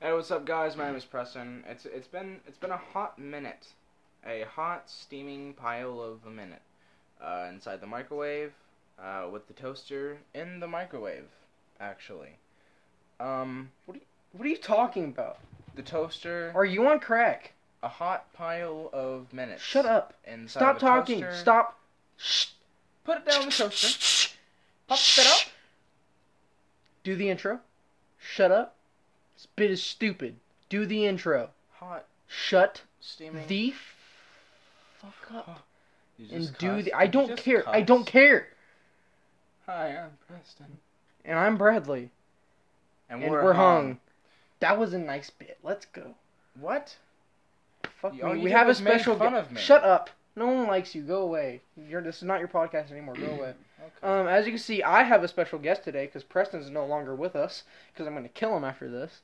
Hey, what's up, guys? My name is Preston. It's it's been it's been a hot minute, a hot steaming pile of a minute, uh, inside the microwave, uh, with the toaster in the microwave, actually. Um, What are you talking about? the toaster, Are you on crack? a hot pile of minutes. Shut up. Inside Stop the talking. toaster. Stop. Shh. Put it down the toaster. Pop it up. Do the intro. Shut up. This bit is stupid. Do the intro. Hot Shut steaming. the f- fuck up. You just And do cussed. the. I You don't just care. I cussed. don't care. Hi, I'm Preston. And I'm Bradley. And, And we're, hung. That was a nice bit. Let's go. What? Fuck All me. you We did have a was make special fun gu- of me. Shut up. No one likes you. Go away. You're, this is not your podcast anymore. Go away. Okay. Um, as you can see, I have a special guest today because Preston's no longer with us because I'm going to kill him after this.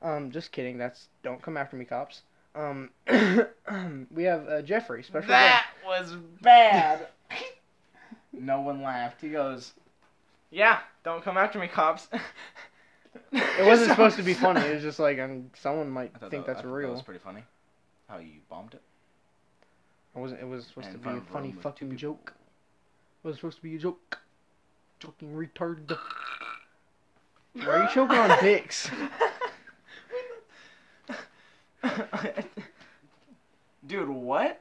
Um, just kidding. That's don't come after me, cops. Um, we have uh, Jeffrey, special guest. that was bad. no one laughed. He goes, "Yeah, don't come after me, cops." It wasn't supposed to be funny. It was just like um, someone might I thought think that, I that's thought real. That was pretty funny. How you bombed it. It wasn't. It was supposed And to in front be a of a funny room with two fucking people. joke. It was supposed to be a joke. Joking retard. Why are you choking on dicks? Dude, what?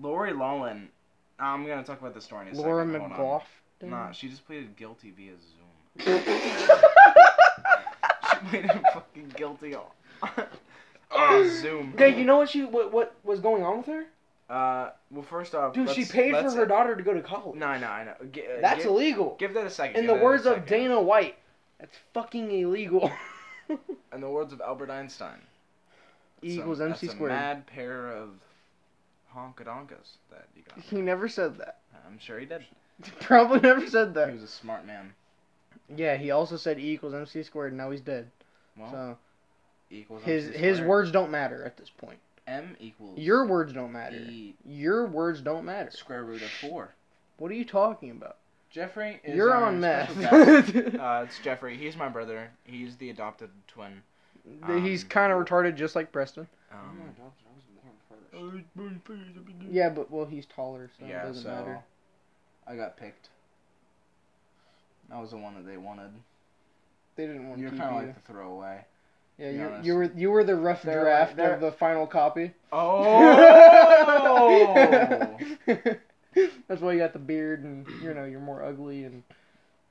Lori Lolan. I'm gonna talk about this story in a Laura second. hold on. McGloff. Nah, she just pleaded guilty via Zoom. She pleaded fucking guilty on, on Zoom. Dude, you know what she what, what was going on with her? Uh, well, first off, Dude, let's- she paid for let's- her daughter to go to college. No, I know, I know. G- uh, That's give, illegal. Give that a second. In give the that a words of second. Dana White, that's fucking illegal. In the words of Albert Einstein. E That's a- equals MC that's squared. A mad pair of honkadonkas that you got. He never said that. I'm sure he did. Probably never said He that. was a smart man. Yeah, he also said E equals MC squared, and now he's dead. Well, so E equals his MC his squared. words don't matter at this point. M equals Your words don't matter. E Your words don't matter. square root of four. What are you talking about? Jeffrey is You're our on meth. special guest. uh, it's Jeffrey. He's my brother. He's the adopted twin. He's um, kind of retarded, just like Preston. Hmm. Um, Yeah, but well, he's taller, so Yeah, it doesn't so- matter. I got picked. I was the one that they wanted. They didn't want to You're keep kind of you. like the throwaway. Yeah, be you honest. you were you were the rough They're draft like- they're- of the final copy. Oh! That's why you got the beard, and you know you're more ugly and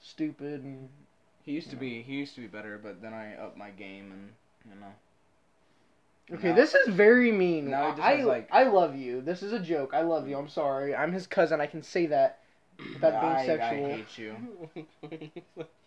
stupid, and he used to be he used to be better, but then I upped my game and you know. okay, No. this is very mean. No, it just I has, like- I love you. This is a joke. I love you. I'm sorry. I'm his cousin. I can say that without being I, sexual. I hate you.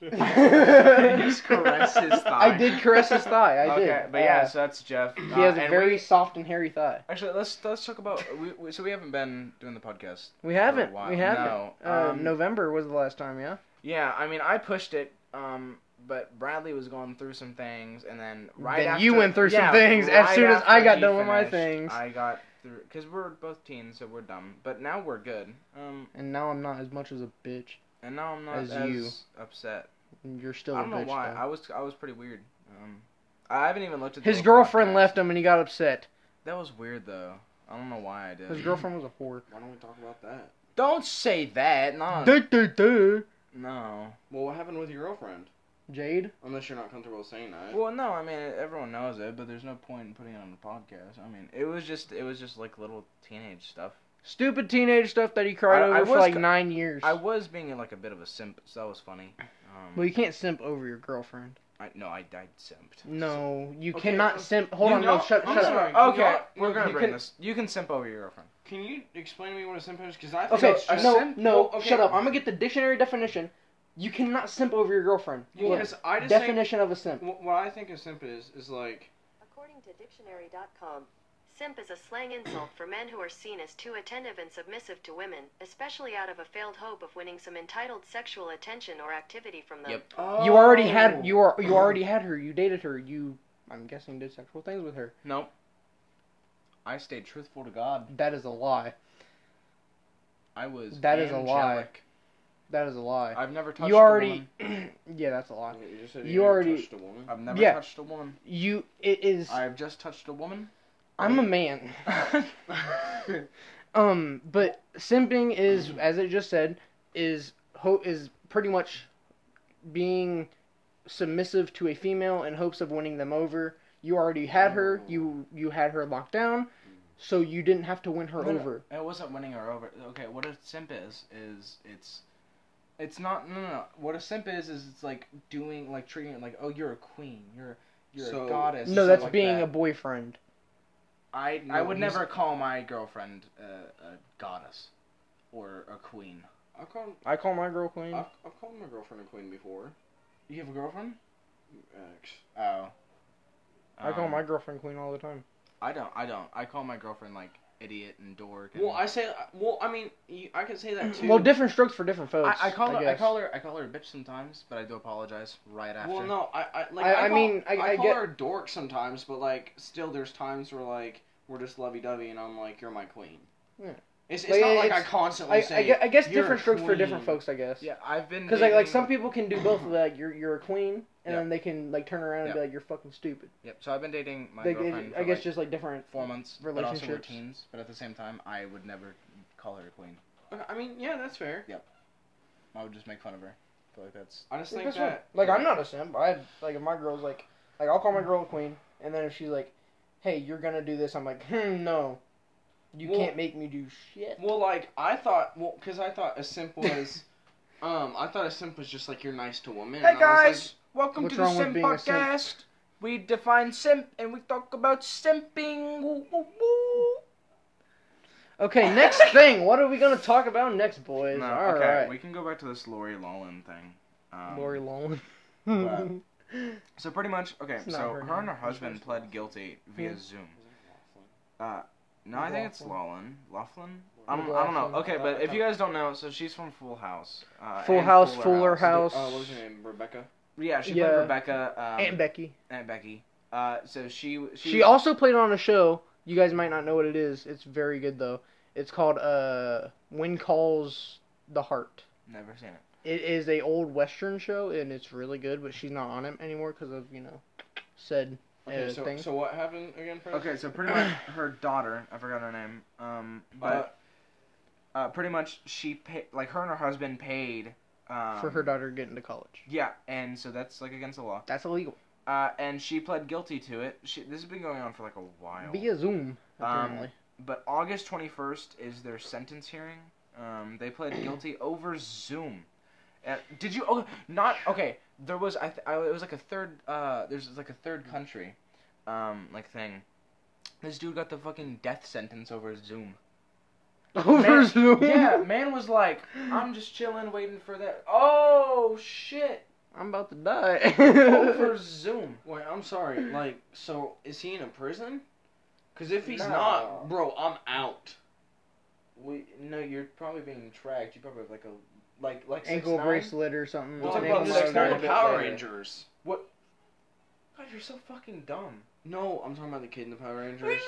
You just caressed his thigh. Oh, I did caress his thigh. I okay, did. but yeah, Uh, so that's Jeff. Uh, he has a very we, soft and hairy thigh. actually let's let's talk about we, we, so we haven't been doing the podcast. We haven't. while. We haven't. No, Uh, um, November was the last time. Yeah. Yeah, I mean I pushed it, um, but Bradley was going through some things, and then right Then after you went through some yeah, things as right soon as after I got he done with my finished, things. I got through because we're both teens, so we're dumb. But now we're good. Um, And now I'm not as much as a bitch. and now I'm not as, As you. upset. And you're still I a don't know bitch. why. though. I was I was pretty weird. Um, I haven't even looked at the His little girlfriend podcast. left him and he got upset. That was weird though. I don't know why I did. His girlfriend was a whore. Why don't we talk about that? Don't say that. No. Duh, duh, duh. no. Well, what happened with your girlfriend? Jade? Unless you're not comfortable saying that. Well, no, I mean everyone knows it, but there's no point in putting it on the podcast. I mean, it was just it was just like little teenage stuff. Stupid teenage stuff that he cried I- over I for was like go- nine years. I was being like a bit of a simp, so that was funny. Um, well, you can't simp over your girlfriend. I, no, I died simped. No, you Okay, cannot uh, simp. Hold you on, no, know- shut, I'm shut up. sorry. Can Okay, y'all- we're gonna you bring can- this. You can simp over your girlfriend. Can you explain to me what a simp is? Because I think Okay, a no, simp- no, well, okay, shut up. I'm gonna get the dictionary definition. You cannot simp over your girlfriend. well, Look, because I just definition of a simp. think wh- what I think a simp is is like According to dictionary.com, simp is a slang insult for men who are seen as too attentive and submissive to women, especially out of a failed hope of winning some entitled sexual attention or activity from them. Yep. You already Oh. had you are you already had her. You dated her. You, I'm guessing, did sexual things with her. Nope. I stayed truthful to God. That is a lie. I was. That is a lie. angelic. That is a lie. I've never touched You already. yeah, that's a lie. You, just said You never already- touched a woman. a woman. I've never Yeah. touched a woman. You. It is. I, I've just touched a woman. am a man. I Um, but simping is, as it just said, is ho- is pretty much being submissive to a female in hopes of winning them over. You already had her. You you had her locked down, so you didn't have to win her No, no. over. wasn't winning her over. Okay, what a simp is is it's it's not no no. no. What a simp is is it's like doing like treating it like oh you're a queen you're you're So- a goddess. No, and that's stuff like being that. a boyfriend. I No, I would he's- never call my girlfriend uh, a goddess or a queen. I've called, I call my girl queen. Uh, I've, I've called my girlfriend a queen before. You have a girlfriend? Ex. Oh. I call Um, my girlfriend queen all the time. I don't. I don't. I call my girlfriend like idiot and dork. And, Well, I say, well, I mean, you, I can say that too. Well, different strokes for different folks. I, I call her. I guess. call her. I call her a bitch sometimes, but I do apologize right after. Well, no, I, I like. I- I, I call, mean, I- I call get- her a dork sometimes, but like, still, there's times where like we're just lovey-dovey, and I'm like, you're my queen. Yeah. It's, it's Like, not like I it's- constantly I, say. I guess, I guess "You're a different strokes for different queen." folks. I guess. Yeah, I've been. Because like like dating- some people can do both. Like you're you're a queen, and Yeah. then they can like turn around and be Yeah. like you're fucking stupid. Yep. So I've been dating my Like, girlfriend. it- for, I guess like, just like different. four months. But also we're relationships. teens. But at the same time, I would never call her a queen. Okay, I mean, yeah, that's fair. I would just make fun of her. I feel like that's. I just Yeah, think that's that. right. Like I'm not a simp. I like if my girl's like like I'll call my girl a queen, and then if she's like, hey, you're gonna do this, I'm like, hmm, no, you Well- can't make me do shit. Well, like I thought, well, because I thought a simp was, um, I thought a simp was just like you're nice to women. Hey, and I was guys! Welcome What's wrong with being a simp? We define simp and we talk about simping. Woo, woo, woo. Okay, next thing. What are we gonna talk about next, boys? No, All okay, right. we can go back to this Lori Lolan thing. Um, Lori Lolan. but- So pretty much, okay. It's not so her, her name. and her Which husband one's pled guilty via Hmm. Zoom. like, No, I think it's Lolan. Laughlin. I don't, I don't Laughlin. know. Okay, Uh, but if no. you guys don't know, so she's from Full House. Uh, Full and House, Fuller House. Uh, what was her name? Rebecca. Yeah, she Yeah. played Rebecca. Um, Aunt Becky. Aunt Becky. Uh, so she she, She, also played on a show. You guys might not know what it is. It's very good though. It's called uh, "When Calls the Heart." never seen it. It is a old western show and it's really good, but she's not on it anymore because of you know said uh, Okay, so, thing. so what happened again? Fred? Okay, so pretty much her daughter. I forgot her name. Um, Uh, but uh, pretty much she paid like her and her husband paid um, for her daughter to get into college, Yeah, and so that's like against the law. that's illegal Uh, and she pled guilty to it. She, this has been going on for like a while. via Zoom apparently. But August 21st is their sentence hearing. Um, they pled guilty over Zoom. Uh, did you? Okay, not okay. There was I, th- I. It was like a third. Uh, there's like a third country, um, like thing. This dude got the fucking death sentence over Zoom. Over Man- Zoom. Yeah, man was like, I'm just chilling, waiting for that. Oh shit! I'm about to die. Over Zoom. Wait, I'm sorry. Like, so is he in a prison? Because if he's No. not, bro, I'm out. We no, you're probably being tracked. You probably have like a like like ankle 6'9"? bracelet or something. We'll Well, talk An about ankle this bracelet. later. the Power later. Rangers. God, you're so fucking dumb. No, I'm talking about the kid in the Power You mean Rangers.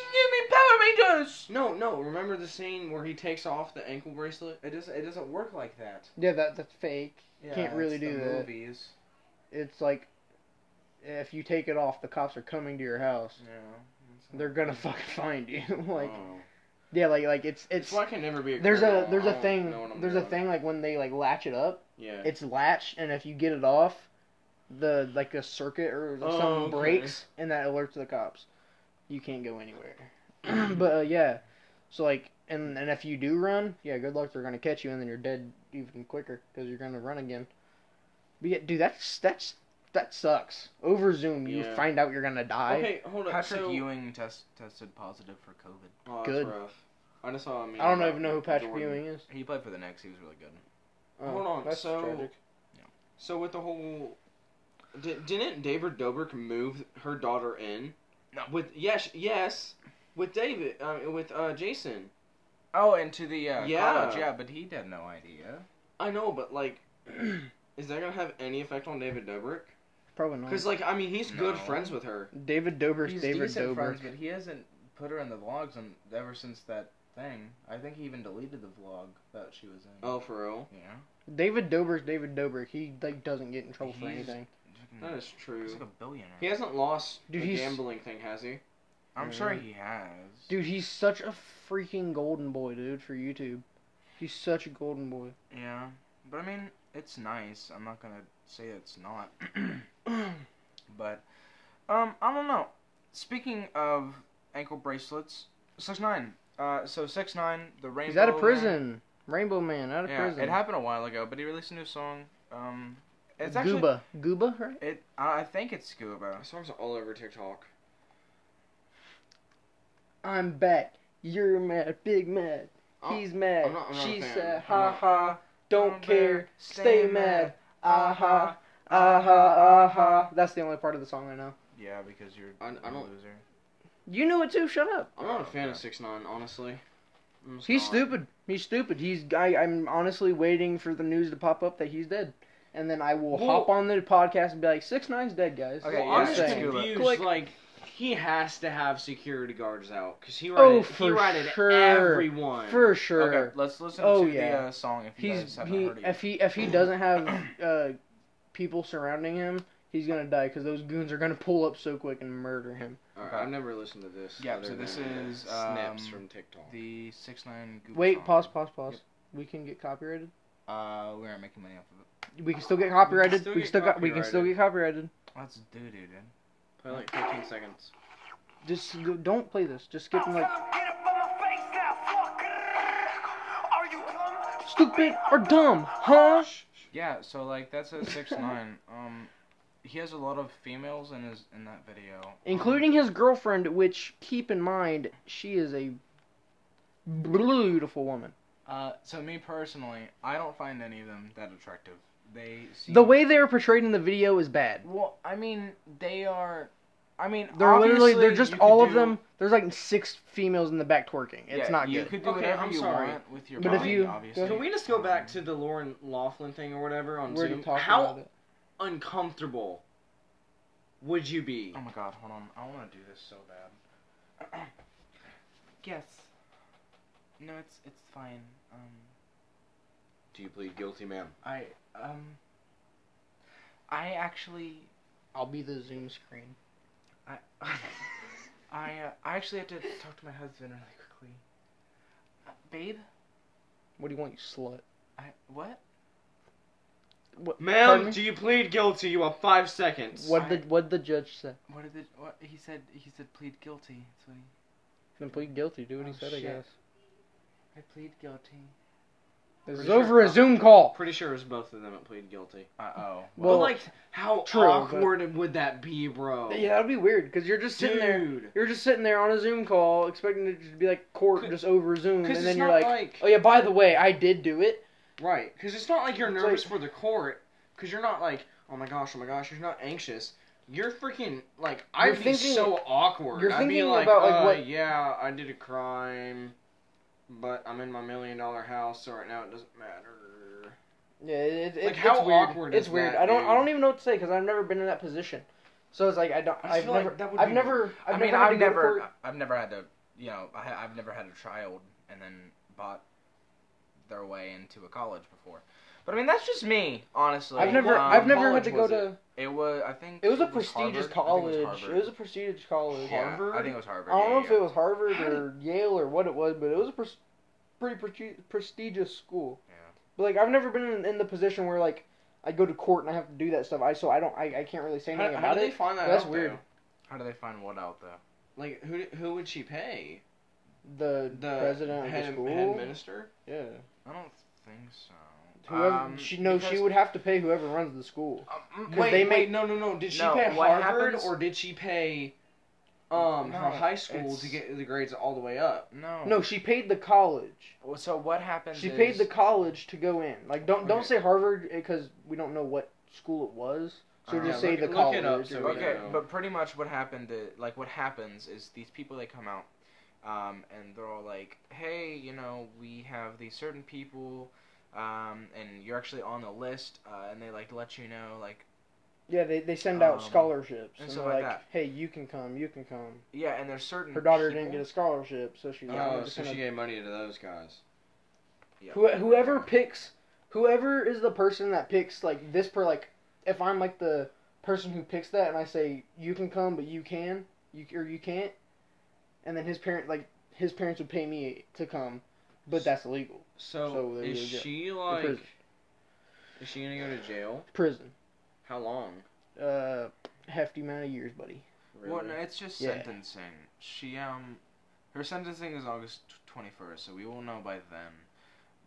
Power Rangers? No, no. Remember the scene where he takes off the ankle bracelet? It doesn't. It doesn't work like that. Yeah, that that's fake. Yeah, Can't really it's the do that. Movies. It's like if you take it off, the cops are coming to your house. Yeah. They're gonna fucking find you. like Oh. yeah, like like it's it's it's why I can never be. A there's a criminal. there's I a don't thing know what I'm there's a doing. thing like when they like latch it up, Yeah. it's latched, and if you get it off, the like a circuit or like, Oh, something okay. breaks, and that alerts the cops. You can't go anywhere. but uh, yeah, so like and and if you do run, yeah, good luck. They're gonna catch you, and then you're dead even quicker because you're gonna run again. But yeah, dude, that's that's that sucks. Over Zoom, you Yeah. find out you're gonna die. okay, hold up. Patrick so, Ewing test, tested positive for COVID. Oh, that's Good. rough. I just saw. a meme I don't about even know who Patrick Jordan. Ewing is. He played for the Knicks. He was really good. Oh, Hold on, that's so- tragic. So with the whole, did, didn't David Dobrik move her daughter in? No. With yes, yes, with David, uh, with uh, Jason. Oh, and to the uh, Yeah. college. Yeah, but he had no idea. I know, but like, is that gonna have any effect on David Dobrik? Probably not. Because like, I mean, he's good No. friends with her. David Dobrik's He's David decent Dobrik. friends, but he hasn't put her in the vlogs and ever since that thing. I think he even deleted the vlog that she was in. Oh, for real? Yeah. David Dobrik's David Dobrik. He like doesn't get in trouble for He's- anything. That is Hmm. He's true. like a billionaire. He hasn't lost Dude, the he's- gambling thing, has he? I'm Yeah. sure he has. Dude, he's such a freaking golden boy, dude, for YouTube. He's such a golden boy. Yeah. But I mean, it's nice. I'm not gonna say it's not. but um, I don't know. Speaking of ankle bracelets, six nine. Uh, so six nine, the rainbow. He's out of Man- prison. Rainbow Man, out of Yeah, prison. it happened a while ago, but he released a new song. Um, it's actually Gooba. Gooba, right? it. I I think it's Scuba. My songs are all over TikTok. I'm back. You're mad. Big mad. Oh, He's mad. I'm not- I'm not a she fan. said, I'm ha not- ha. Don't I'm care. back. Stay mad. Ah ha. Ah ha. Ah ha. That's the only part of the song I know. Yeah, because you're I- I a don't- loser. You knew it too. Shut up. I'm not a fan of Six Nine, honestly. I'm just He's Oh. not. stupid. He's stupid. He's. I, I'm honestly waiting for the news to pop up that he's dead, and then I will Well- hop on the podcast and be like, Six Nine's dead, guys." Okay, Well, yeah, I'm it's just saying. confused. Click. Like, he has to have security guards out because he Oh, ratted, he for ratted sure. everyone. For sure. Okay, let's listen Oh, to yeah. the uh, song if you guys He's haven't he heard it. yet. if he if he doesn't have uh, people surrounding him, he's gonna die because those goons are gonna pull up so quick and murder him. All right, Okay. I've never listened to this. Yeah, other so this than uh, is, snips um, from TikTok. The six nine. Google Wait, song. pause, pause, pause. Yep. We can get copyrighted. Uh, we're not making money off of it. We can still get copyrighted. still We get can still got. We can still copyrighted. get copyrighted. Let's do, dude, dude. Play like 15 seconds. Just go- don't play this. Just skip and like stupid or dumb, huh? Yeah, so like that's a six nine. Um, he has a lot of females in his in that video, Including his girlfriend, which keep in mind she is a beautiful woman. Uh, so me personally, I don't find any of them that attractive. They seem, The way they are portrayed in the video is bad. Well, I mean, they are. I mean, They're literally obviously, they're just you could all of do- them. There's like six females in the back twerking. It's yeah, not you good. could do Okay, whatever I'm you sorry. want with your But body. if you- obviously. Can we just go back to the Lauren Laughlin thing or whatever on We're Zoom? talking How about it. uncomfortable would you be? Oh my god, hold on. I want to do this so bad. yes. No, it's it's fine. Um, Do you plead guilty, ma'am? I um. I actually, I'll be the Zoom screen. I, I, uh, I actually have to talk to my husband really quickly. Uh, babe, What do you want, you slut? I what? What, pardon Ma'am, me? do you plead guilty? You have five seconds. what the what the judge said? What did the, what he said? He said plead guilty. That's what he. Then plead guilty. Do what he Oh, said. shit. I guess. I plead guilty. This is Pretty over a sure- Zoom call. Pretty sure it was both of them that plead guilty. Uh oh. Well, Well, like, how true, but- awkward would that be, bro? Yeah, that'd be weird because you're just sitting there. Dude. You're just sitting there on a Zoom call, expecting it to be like court, Cause- just over Zoom, and Because then it's you're not like, like, "Oh yeah, by the way, I did do it." right. Because it's not like you're It's nervous like- for the court. Because you're not like, oh my gosh, oh my gosh. You're not anxious. You're freaking like I'd You're be thinking- so awkward. you're I'd be thinking like, about, like, uh, what- Yeah, I did a crime, but I'm in my million dollar house, so right now it doesn't matter. Yeah, it, it, Like, it's how weird. awkward it's is weird. that, I don't. I dude? don't even know what to say because I've never been in that position. So it's like I don't. I I've feel like never. that would I've be never. weird. I've I mean, never had I've to go to court. never, I've never had to, you know, I, I've never had a child and then bought their way into a college before. But I mean, that's just me, honestly. I've never, Um, I've never had college to go was to. It was, I think. It was a prestigious Harvard. I think college. It was a prestigious college. Yeah, Harvard? I think it was Harvard. I don't know yeah, if yeah. it was Harvard How or Yale or what it was, but it was a pres- pretty presti- prestigious school. Yeah. But like, I've never been in, in the position where like I go to court and I have to do that stuff. I so I don't. I, I can't really say How, anything how about did it. they find that That's out? weird. though? How do they find what out though? Like who did- who would she pay? The, The president of head, the school. head minister. yeah. I don't think so. Whoever Um, she no, she because- would have to pay whoever runs the school. Um, Because Wait, they wait, make- no, no, no. Did she No, pay what Harvard happens- or did she pay um No, her high school it's- to get the grades all the way up? no. No, she paid the college. Well, So what happens? She is, paid the college to go in. Like don't don't Okay. say Harvard because we don't know what school it was. So Uh, just yeah, say look- the look college. it up or so we whatever. Okay, Yeah. but pretty much what happened, i- like what happens is these people they come out, um, and they're all like, "Hey, you know, we have these certain people, um, and you're actually on the list," uh, and they like let you know like Yeah, they, they send out Um, scholarships and and, stuff they're like like, that. hey, you can come, you can come. Yeah, and there's certain Her daughter people- didn't get a scholarship, so she. Yeah, oh, wanted to so send she a- gave money to those guys. Yeah. Who, whoever picks, whoever is the person that picks like this per like, if I'm like the person who picks that and I say you can come but you can you or you can't, and then his parent like his parents would pay me to come, but that's illegal. So, So there is you go. she In like? prison. Is she gonna go to jail? prison, How long? uh, hefty amount of years, buddy. Well, no, it's just Yeah. sentencing. She um, her sentencing is August twenty first, so we will know by then.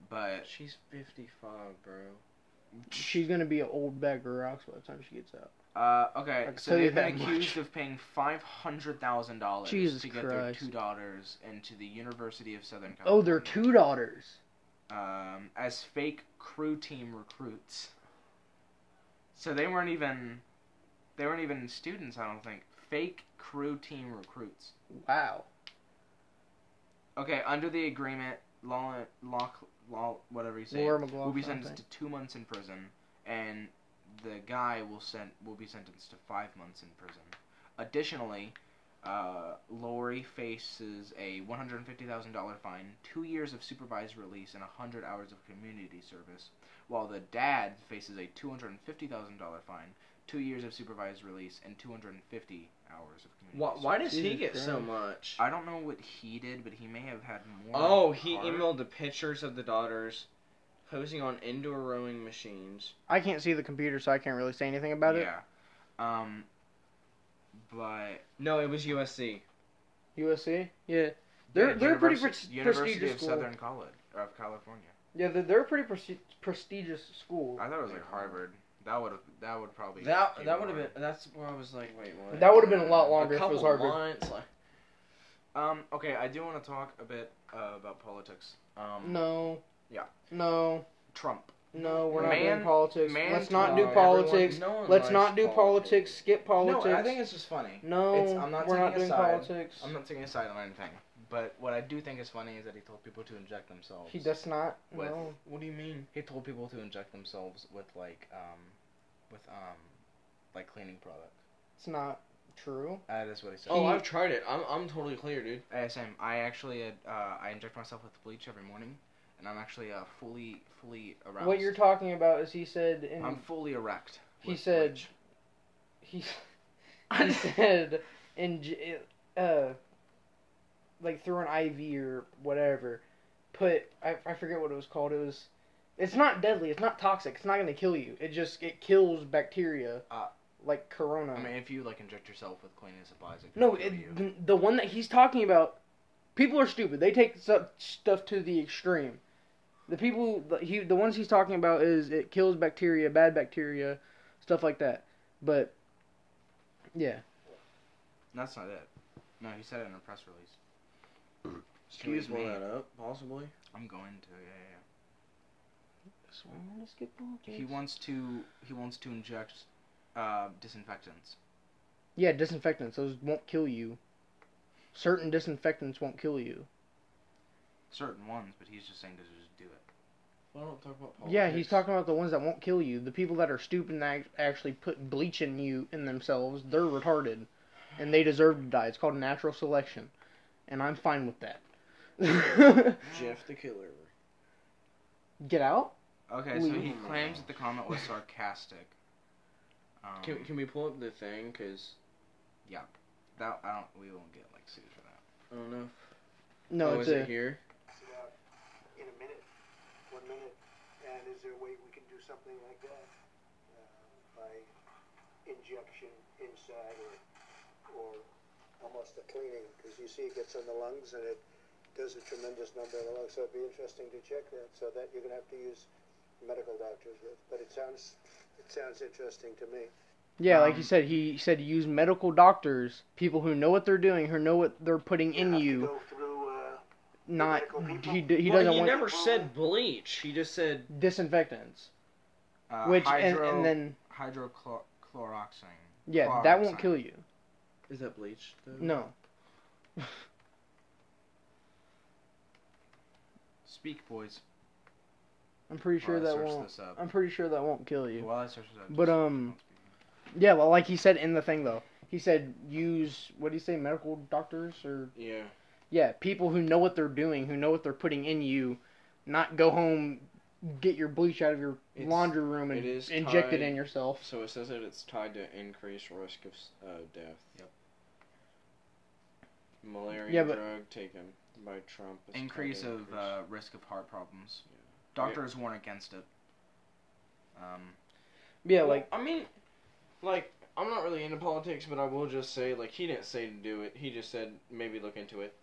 But She's 55, bro. She's gonna be an old bag of rocks by the time she gets out. uh, okay, can so tell you they've been that accused much. of paying five hundred thousand dollars Jesus to get their Christ. two daughters into the University of Southern California. Oh, they're two daughters. um, as fake crew team recruits. So they weren't even they weren't even students, I don't think. Fake crew team recruits. Wow. Okay, under the agreement, law law, law whatever you say Laura will be McLaughlin, I sentenced to think. 2 months in prison and the guy will sent will be sentenced to 5 months in prison. Additionally, uh, Lori faces a $150,000 fine, two years of supervised release, and 100 hours of community service, while the dad faces a $250,000 fine, two years of supervised release, and 250 hours of community Why, service. why does he Jesus get so Christ. much? I don't know what he did, but he may have had more. Oh, he heart. emailed the pictures of the daughters posing on indoor rowing machines. I can't see the computer, so I can't really say anything about it. Yeah. Um. But No, it was USC. USC. Yeah. They're- they're pretty Universi- pres- University prestigious of school. Southern College or of California. Yeah, they're, they're a pretty presti- prestigious school. I thought it was like Harvard. That would have. That would probably. That take that would have longer. been. That's where I was like, wait, what? That would've been a lot longer if it couple was Harvard. months, like- Um. Okay. I do want to talk a bit uh, about politics. Um. No. Yeah. No. Trump. No, we're not Man- doing politics. man Let's not do No, everyone- politics. no one Let's likes not do politics. Skip politics. No, I think it's just funny. no, it's- I'm not we're not doing taking a side. politics. I'm not taking a side on anything, but what I do think is funny is that he told people to inject themselves. He does not. With- No. What do you mean? He told people to inject themselves with like um, with um, like cleaning product. It's not true. That is what he said. Oh, He- I've tried it. I'm I'm totally clear, dude. Yeah, same. I actually uh, I inject myself with bleach every morning, and I'm actually uh, fully fully aroused. What you're talking about is he said in I'm fully erect. He with said- bleach. he, he said in j- uh like through an IV or whatever. Put I I forget what it was called. It was. It's not deadly. It's not toxic. It's not gonna kill you. It just it kills bacteria. Uh, like corona. I mean, if you like inject yourself with cleaning supplies, it could No, kill it, you. th- the one that he's talking about, people are stupid. They take stuff, stuff to the extreme. The people, the, he, the ones he's talking about is it kills bacteria, bad bacteria, stuff like that. But yeah, That's not it. No, he said it in a press release. Can we Excuse pull me. That up, possibly. I'm going to. Yeah, yeah, yeah. let's get He wants to. He wants to inject uh, disinfectants. yeah, disinfectants. Those won't kill you. Certain disinfectants won't kill you. Certain ones, but he's just saying to just do it. Well, don't talk about politics. Yeah, he's talking about the ones that won't kill you. The people that are stupid and act- actually put bleach in you in themselves, they're retarded, and they deserve to die. It's called natural selection, and I'm fine with that. Jeff the Killer. Get out. Okay, so he Ooh. claims that the comment was sarcastic. Um, Can can we pull up the thing? Cause that I don't. We won't get like sued for that. I don't know. No, oh, it's is a, it here? about uh, in a minute, one minute, and is there a way we can do something like that uh, by injection inside or, or almost a cleaning? Because you see, it gets on the lungs and it does a tremendous number of the lungs. So it'd be interesting to check that. So that you're going to have to use medical doctors with. But it sounds it sounds interesting to me. yeah, like um, he said. He said use medical doctors, people who know what they're doing, who know what they're putting in have to you. go through, uh, Not medical people? he. d- He well, doesn't he want never said bleach. He just said disinfectants, Uh, which hydro, and, and then hydrochloroxine. yeah, that won't chloroxine. kill you. Is that bleach? Though? No. Speak, boys. I'm pretty sure While I that search won't. this up. I'm pretty sure that won't kill you. While I search this up. But, just- um, Yeah, well, like he said in the thing though, he said use what do you say, medical doctors or Yeah. yeah, people who know what they're doing, who know what they're putting in you, not go home, get your bleach out of your It's- laundry room and it is inject it tied- in yourself. So it says that it's tied to increased risk of s- uh, death. Yep. Malaria Yeah, but- drug taken by Trump. is tied to Increase of increased- uh, risk of heart problems. Yeah. Doctors warn against it. Um, Yeah, Well, like I mean, like I'm not really into politics, but I will just say like he didn't say to do it. He just said maybe look into it.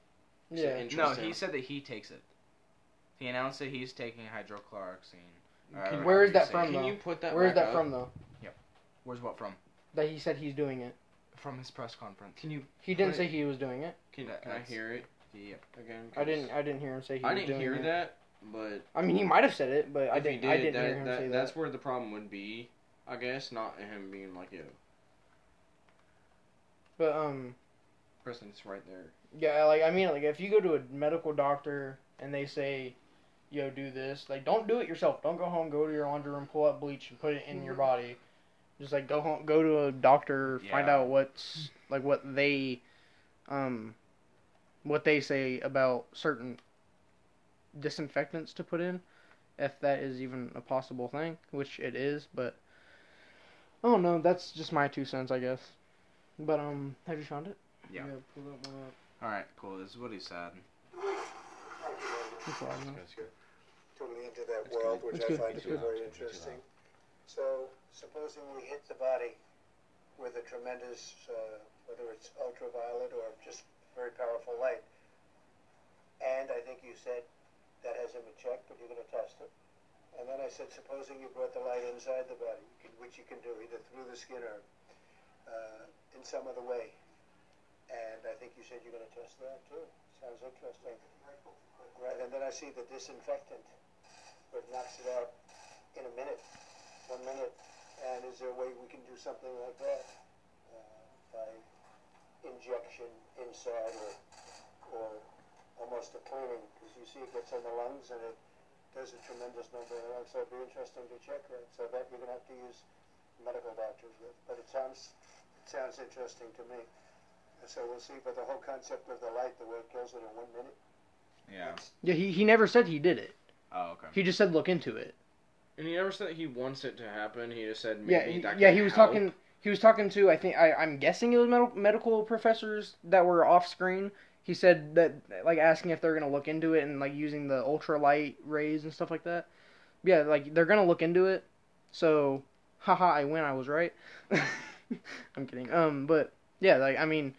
So yeah, no, interesting. he said that he takes it. He announced that he's taking hydrochloroxine. Can- or where is however you that say from, it. Can though? you put that? where is back that up? from though? Where's what from? That he said he's doing it. From his press conference. Can you? He didn't Right. say he was doing it. Can, That- can I that's- hear it Yeah. again? I didn't. I didn't hear him say he. I was didn't doing hear it. that, but I mean, he might have said it, but I if didn't. he did, I didn't that, hear him that- say that's that. where the problem would be. I guess not him being like yo, But um, Preston, it's right there. yeah, like I mean, like if you go to a medical doctor and they say, "Yo, do this," like don't do it yourself. Don't go home, go to your laundry room, pull out bleach, and put it in your Mm-hmm. body. Just like go home, go to a doctor, find Yeah. out what's like what they, um, what they say about certain disinfectants to put in, if that is even a possible thing, which it is. But I don't know. That's just my two cents, I guess. But um, have you found it? Yeah. pull that one up. All right. Cool. This is what he said. I'm Before I go. totally into that That's world, good. which That's I good. find That's to good. be very That's good. interesting. So, supposing we hit the body with a tremendous, uh, whether it's ultraviolet or just very powerful light, and I think you said that hasn't been checked, but you're going to test it. And then I said, supposing you brought the light inside the body, you can, which you can do either through the skin or uh, in some other way. And I think you said you're going to test that too. Sounds interesting. Right, and then I see the disinfectant, but knocks it out in a minute, one minute. And is there a way we can do something like that uh, by injection inside or, or almost a cleaning? Because you see, it gets on the lungs and it does a tremendous number of lungs. So it'd be interesting to check that. So that you're gonna have to use medical doctors with. But it sounds it sounds interesting to me. So we'll see. But the whole concept of the light, the way it kills it in one minute. Yeah. Yeah, he, he never said he did it. Oh, okay. He just said look into it. And he never said he wants it to happen. He just said maybe Yeah, he, that yeah, could he was help. talking. He was talking to I think I, I'm guessing it was med- medical professors that were off screen. He said that like asking if they're gonna look into it and like using the ultralight rays and stuff like that. Yeah, like they're gonna look into it. So, haha, I win. I was right. I'm kidding. Um, but yeah, like I mean,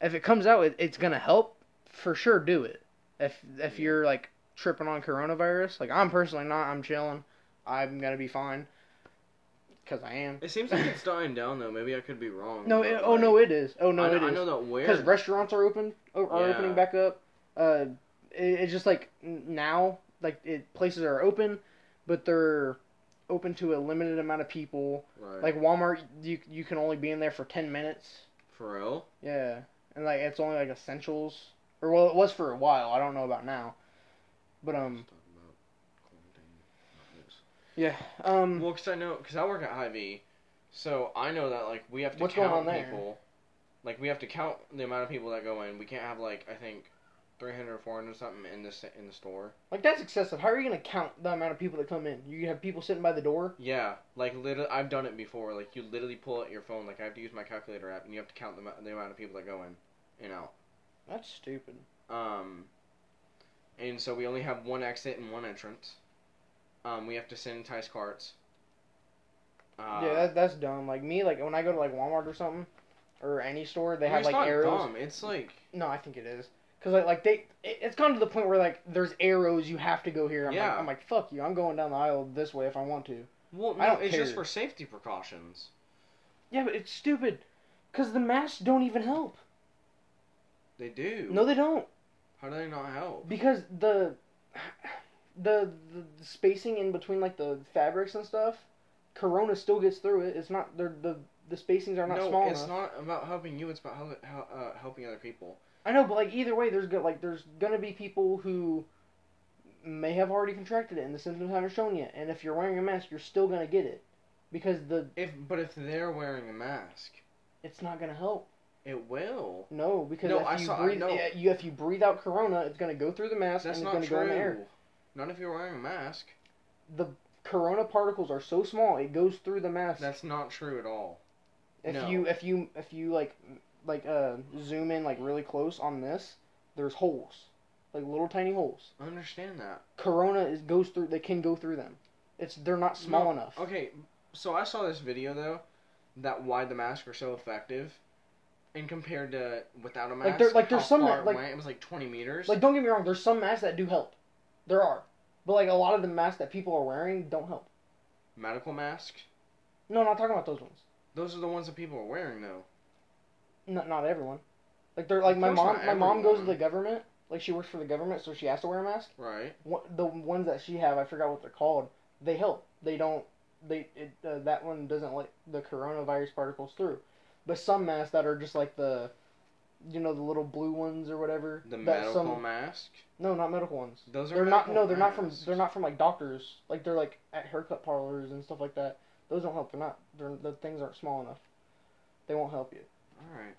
if it comes out, it, it's gonna help for sure. Do it. If if Yeah. you're like tripping on coronavirus, like I'm personally not. I'm chilling. I'm gonna be fine. Cause I am. It seems like it's dying down though. Maybe I could be wrong. No, but, it, oh like, no, it is. Oh I no, know, it I know is. that where Because restaurants are open, are are opening Yeah. back up. Uh, it, it's just like n- now, like it places are open, but they're open to a limited amount of people. right. Like Walmart, you you can only be in there for ten minutes. for real. Yeah, and like it's only like essentials, or well, it was for a while. I don't know about now, but um, Talking about quarantine, not this. yeah, um, Well, because I know, because I work at Hy-Vee, so I know that like we have to What's going count on there? people. Like we have to count the amount of people that go in. We can't have like I think 300 or 400 something in this in the store. like that's excessive. How are you gonna count the amount of people that come in? You have people sitting by the door. Yeah, like literally, I've done it before. Like you literally pull out your phone. Like I have to use my calculator app, and you have to count the, amou- the amount of people that go in and out. That's stupid. Um, and so we only have one exit and one entrance. Um, we have to sanitize carts. Uh, yeah, that, that's dumb. Like me, like when I go to like Walmart or something, or any store, they I mean, have it's like not arrows. Dumb. It's like No, I think it is because like like they, it, it's gone to the point where like there's arrows. You have to go here. I'm Yeah. like, I'm like fuck you. I'm going down the aisle this way if I want to. well, I no, don't it's just care. for safety precautions. Yeah, but it's stupid because the masks don't even help. They do. No, they don't How do they not help? because the. The, the the spacing in between like the fabrics and stuff, Corona still gets through it. It's not they're, the the spacings are not no, small it's enough. not about helping you. It's about hel- hel- uh, helping other people. I know, but like either way, there's go- like there's gonna be people who may have already contracted it, and the symptoms haven't shown yet. And if you're wearing a mask, you're still gonna get it. because the If but if they're wearing a mask, it's not gonna help. it will. No, because No, if I you saw- I breathe, know. yeah, you, if you breathe out corona, it's gonna go through the mask That's and it's not gonna go in the air. true. Not if you're wearing a mask. The corona particles are so small, it goes through the mask. That's not true at all. if no. you if you if you like like uh zoom in like really close on this, there's holes, like little tiny holes. I understand that. Corona is goes through. They can go through them. It's they're not small No, enough. Okay, so I saw this video though, that why the masks are so effective, and compared to without a mask, Like, there- like, there's how some far that, it like- went, it was like 20 meters. Like don't get me wrong. There's some masks that do help. There are, but like a lot of the masks that people are wearing don't help. medical mask. No, I'm not talking about those ones. Those are the ones that people are wearing though. Not not everyone. Like they're like Of my course mom. not My mom goes to everyone. the government. Like she works for the government, so she has to wear a mask. Right. What, the ones that she have, I forgot what they're called. They help. They don't. They it, uh, that one doesn't let the coronavirus particles through. But some masks that are just like the, you know, the little blue ones or whatever. The that medical some- mask. No, not medical ones. Those are They're not. medical No, they're not from. masks. They're not from like doctors. Like they're like at haircut parlors and stuff like that. Those don't help. They're not. They're, the things aren't small enough. They won't help you. All right.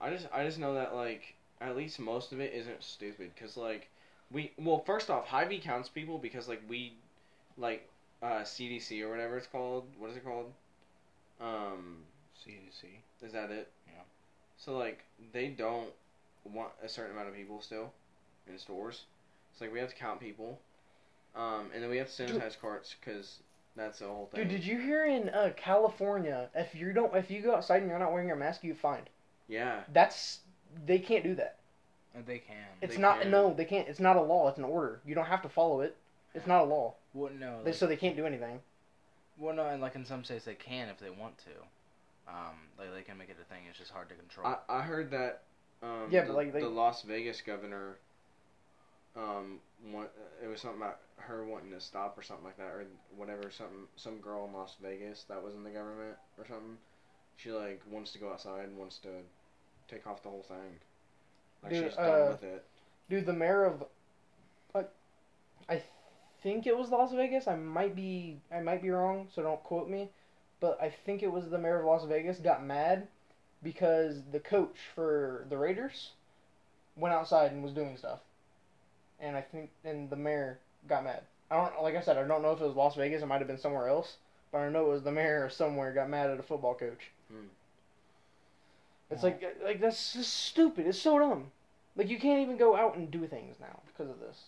I just I just know that like at least most of it isn't stupid because like we well first off Hy-Vee counts people because like we like uh, CDC or whatever it's called what is it called um CDC. is that it Yeah. so like they don't want a certain amount of people still in stores it's like we have to count people um and then we have to Dude. sanitize carts because that's the whole Dude, thing did you hear in uh, California? If you don't, if you go outside and you're not wearing your mask, you fined. yeah That's they can't do that. Uh, They can. It's They not can. no, they can't. It's not a law. It's an order. You don't have to follow it. It's not a law. well, no. They, like- so they can't do anything. well, no, and like in some states they can if they want to. Um, like they can make it a thing. It's just hard to control. I, I heard that. Um, Yeah, the, but, like, they- the Las Vegas governor, um, want, it was something about her wanting to stop or something like that, or whatever. Something, some girl in Las Vegas that was in the government or something. She like wants to go outside and wants to take off the whole thing. Like Dude, she's done uh, with it. Dude, the mayor of, uh, I think it was Las Vegas. I might be I might be wrong, so don't quote me. But I think it was the mayor of Las Vegas got mad because the coach for the Raiders went outside and was doing stuff, and I think and the mayor got mad. I don't like I said I don't know if it was Las Vegas. It might have been somewhere else, but I know it was the mayor of somewhere got mad at a football coach. Hmm. It's like like that's just stupid. It's so dumb. Like you can't even go out and do things now because of this.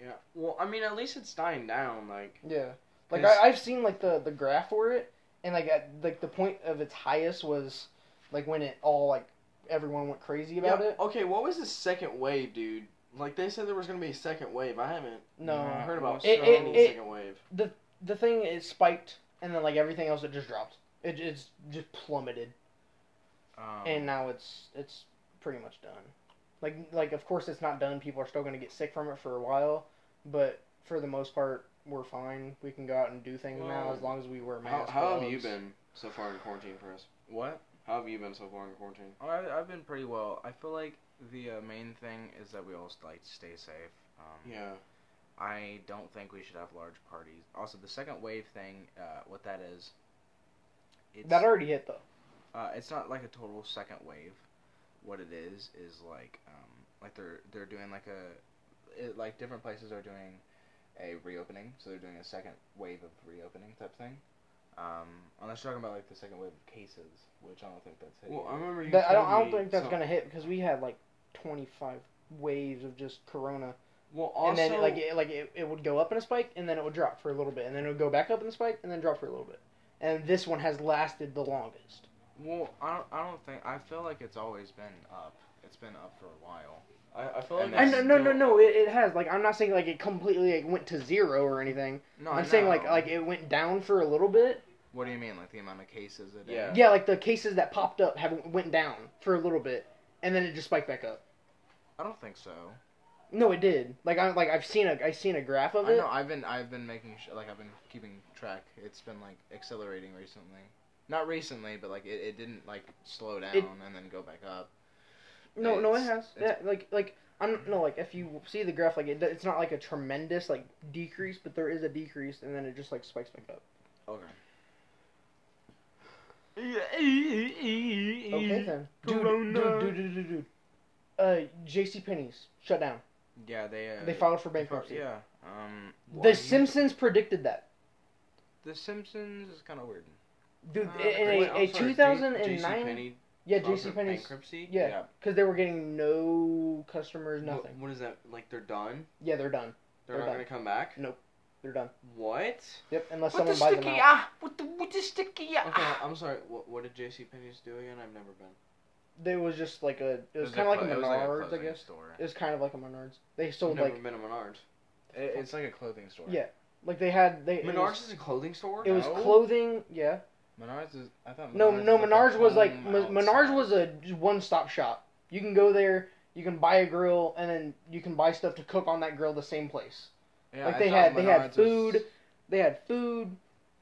Yeah. Well, I mean, at least it's dying down. Like, Yeah. Like It's- I, I've seen like the the graph for it, and like at like the point of its highest was like when it all like everyone went crazy about Yeah, it. Okay, what was the second wave, dude? Like they said there was gonna be a second wave. I haven't No, Yeah. heard about It- so it- many it- second wave. the thing is spiked, and then like everything else it just dropped. It it's just plummeted, um, Oh. and now it's it's pretty much done. Like like of course it's not done. People are still gonna get sick from it for a while, but for the most part we're fine. We can go out and do things now Well, as long as we wear How, masks. how have you gloves. been so far in quarantine, Chris? what? How have you been so far in quarantine? Oh, I, I've been pretty well. I feel like the uh, main thing is that we all like stay safe. Um, Yeah. I don't think we should have large parties. Also, the second wave thing, uh, what that is, it's That already hit though. uh, it's not like a total second wave. What it is is like um, like they're they're doing like a it, like different places are doing a reopening, so they're doing a second wave of reopening type thing. Um, unless you're talking about like the second wave of cases, which I don't think that's it. Well, I yet. remember you. That, I don't, told I don't me think that's some- gonna hit because we had like 25 waves of just corona, Well, also, and then it, like it, like it, it would go up in a spike, and then it would drop for a little bit, and then it would go back up in a spike, and then drop for a little bit. And this one has lasted the longest. well, I don't, I don't think I feel like it's always been up. It's been up for a while. I, I feel like and I, That's no, no, no, no, it, it has. Like I'm not saying like it completely like went to zero or anything. No, I'm I saying like know. like it went down for a little bit. What do you mean, like the amount of cases? A day? Yeah. Yeah, like the cases that popped up have went down for a little bit, and then it just spiked back up. I don't think so. No, it did. Like I like I've seen a I've seen a graph of I it. know. I've been I've been making sh- like I've been keeping track. It's been like accelerating recently. Not recently, but like it, it didn't like slow down and then go back up. No, no, it It's- has. Yeah, it's- like like I'm no like if you see the graph, like it, do- it's not like a tremendous like decrease, but there is a decrease, and then it just like spikes back up. Okay. Okay Okay. then, dude, dude, Corona. dude, dude, dude, dude. Uh, J.C. Penney's shut down. Yeah, they. Uh, They filed for bankruptcy. Yeah. Um. The Simpsons predicted that. The Simpsons is kind of weird. Dude, Uh, in wait, a, I'm a 2009, JCPenney yeah, filed J.C. for Penney's, bankruptcy. yeah, because they were getting no customers, Wha- nothing. what is that? Like they're done. Yeah, they're done. They're, They're not done. gonna come back. They're done. What? Yep, unless someone buys them out. ah, with the with the sticky Okay, I'm sorry. What, what did J.C. Penney's do again? I've never been. There was just like a. It was, kind of like a Menards, I guess. Store. It was kind of like a Menards. They I've sold never like been to Menards. It, it's like a clothing store. Yeah. like they had they. it Menards was, is a clothing store. it was No. clothing. Yeah. Menards is. I thought. No, Menards no. was Menards was like home Men- Menards outside. was a one-stop shop. You can go there. You can buy a grill, and then you can buy stuff to cook on that grill the same place. Yeah, like, I they thought had- they had Menards was- food. They had food.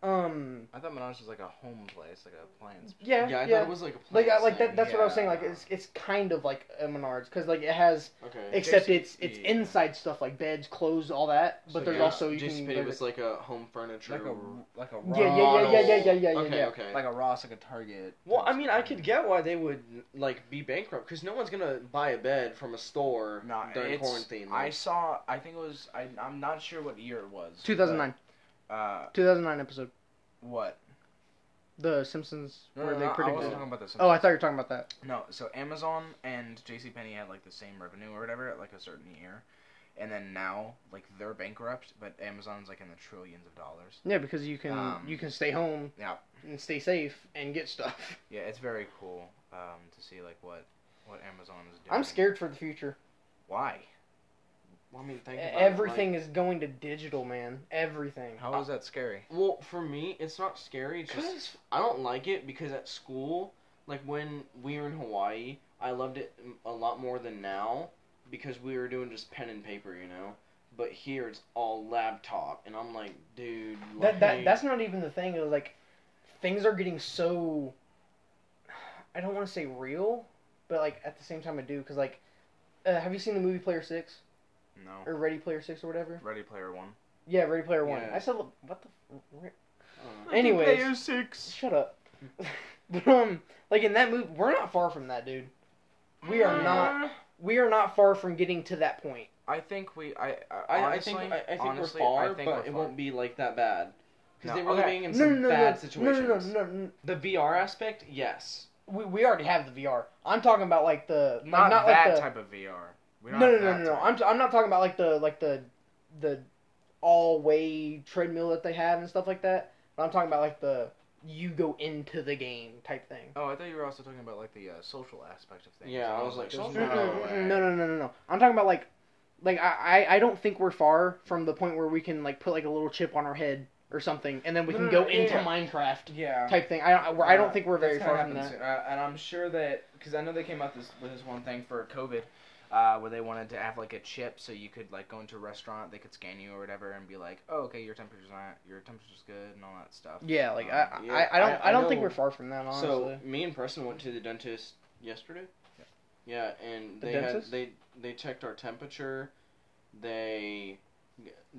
Um. I thought Menards was like a home place, like a appliance. Yeah. yeah, Yeah. I thought it was like a like place. I- like that. That's what I was saying. Like yeah. it's it's kind of like a Menards because like it has Okay. except JC it's it's yeah. inside stuff like beds, clothes, all that. But So, there's yeah, also you J.C. can. Penney go was to- like a home furniture. Like a like a Ross. Yeah, yeah, yeah, yeah, yeah, yeah, yeah, yeah, Okay, yeah. okay. Like a Ross, like a Target. Well, I mean, I could get why they would like be bankrupt because no one's gonna buy a bed from a store No, during it's- quarantine. I like- saw. I think it was. I, I'm not sure what year it was. 2009, but, uh, 2009 episode. what? The Simpsons No, where no, they Uh, no, I predicted. wasn't it. talking about this. oh, I thought you were talking about that. No, so Amazon and JCPenney had like the same revenue or whatever at like a certain year. And then now, like they're bankrupt, but Amazon's like in the trillions of dollars. Yeah, because you can Um, you can stay home Yeah. and stay safe and get stuff. Yeah, it's very cool um, to see like what what Amazon is doing. I'm scared for the future. Why? Well, I mean, think about it, E, Everything like- is going to digital, man. Everything. How is that scary? well, for me, it's not scary. It's just Cause I don't like it because at school, like when we were in Hawaii, I loved it m- a lot more than now because we were doing just pen and paper, you know. But here it's all laptop, and I'm like, dude, that, that like- that's not even the thing. It was like things are getting so. I don't want to say real, but like at the same time I do because like, uh, have you seen the movie Player Six No. or Ready Player Six or whatever? Ready Player One. Yeah, Ready Player One. Yeah. I said, "Look, what the? f- I don't know. Anyways. Player Six. Shut up. but um, like in that movie, we're not far from that, dude. We are not. We are not far from getting to that point. I think we. I. I, I, honestly, I think I, I think honestly, we're far, I think but we're it far. won't be like that bad because No, they were okay. living in some bad situations. no, no, no, no, no. The VR aspect, yes. We, we already have the VR. I'm talking about like the like, Not, not that like the, type of VR. We No, don't no, have no, that no, no. type. I'm, t- I'm not talking about like the like the the all way treadmill that they had and stuff like that. But I'm talking about like the you go into the game type thing. Oh, I thought you were also talking about like the uh, social aspect of things. Oh, Yeah, I was like, there's social- no Mm-mm, way. mm-mm, No, no, no, no, no. I'm talking about like like I, I I don't think we're far from the point where we can like put like a little chip on our head or something, and then we No, can no, go no, yeah, into yeah. Minecraft Yeah. type thing. I don't I, I Uh, don't think we're that's very kinda far from happened that. soon. Uh, and I'm sure that because I know they came out this with this one thing for COVID, uh, where they wanted to have like a chip so you could like go into a restaurant, they could scan you or whatever, and be like, oh, okay, your temperature's not, your temperature's good, and all that stuff. Yeah, like Uh, I Yeah, I, I don't I- I, I don't think know. we're far from that honestly. So me and Preston went to the dentist yesterday. Yeah, and The they dentist? had they they checked our temperature. They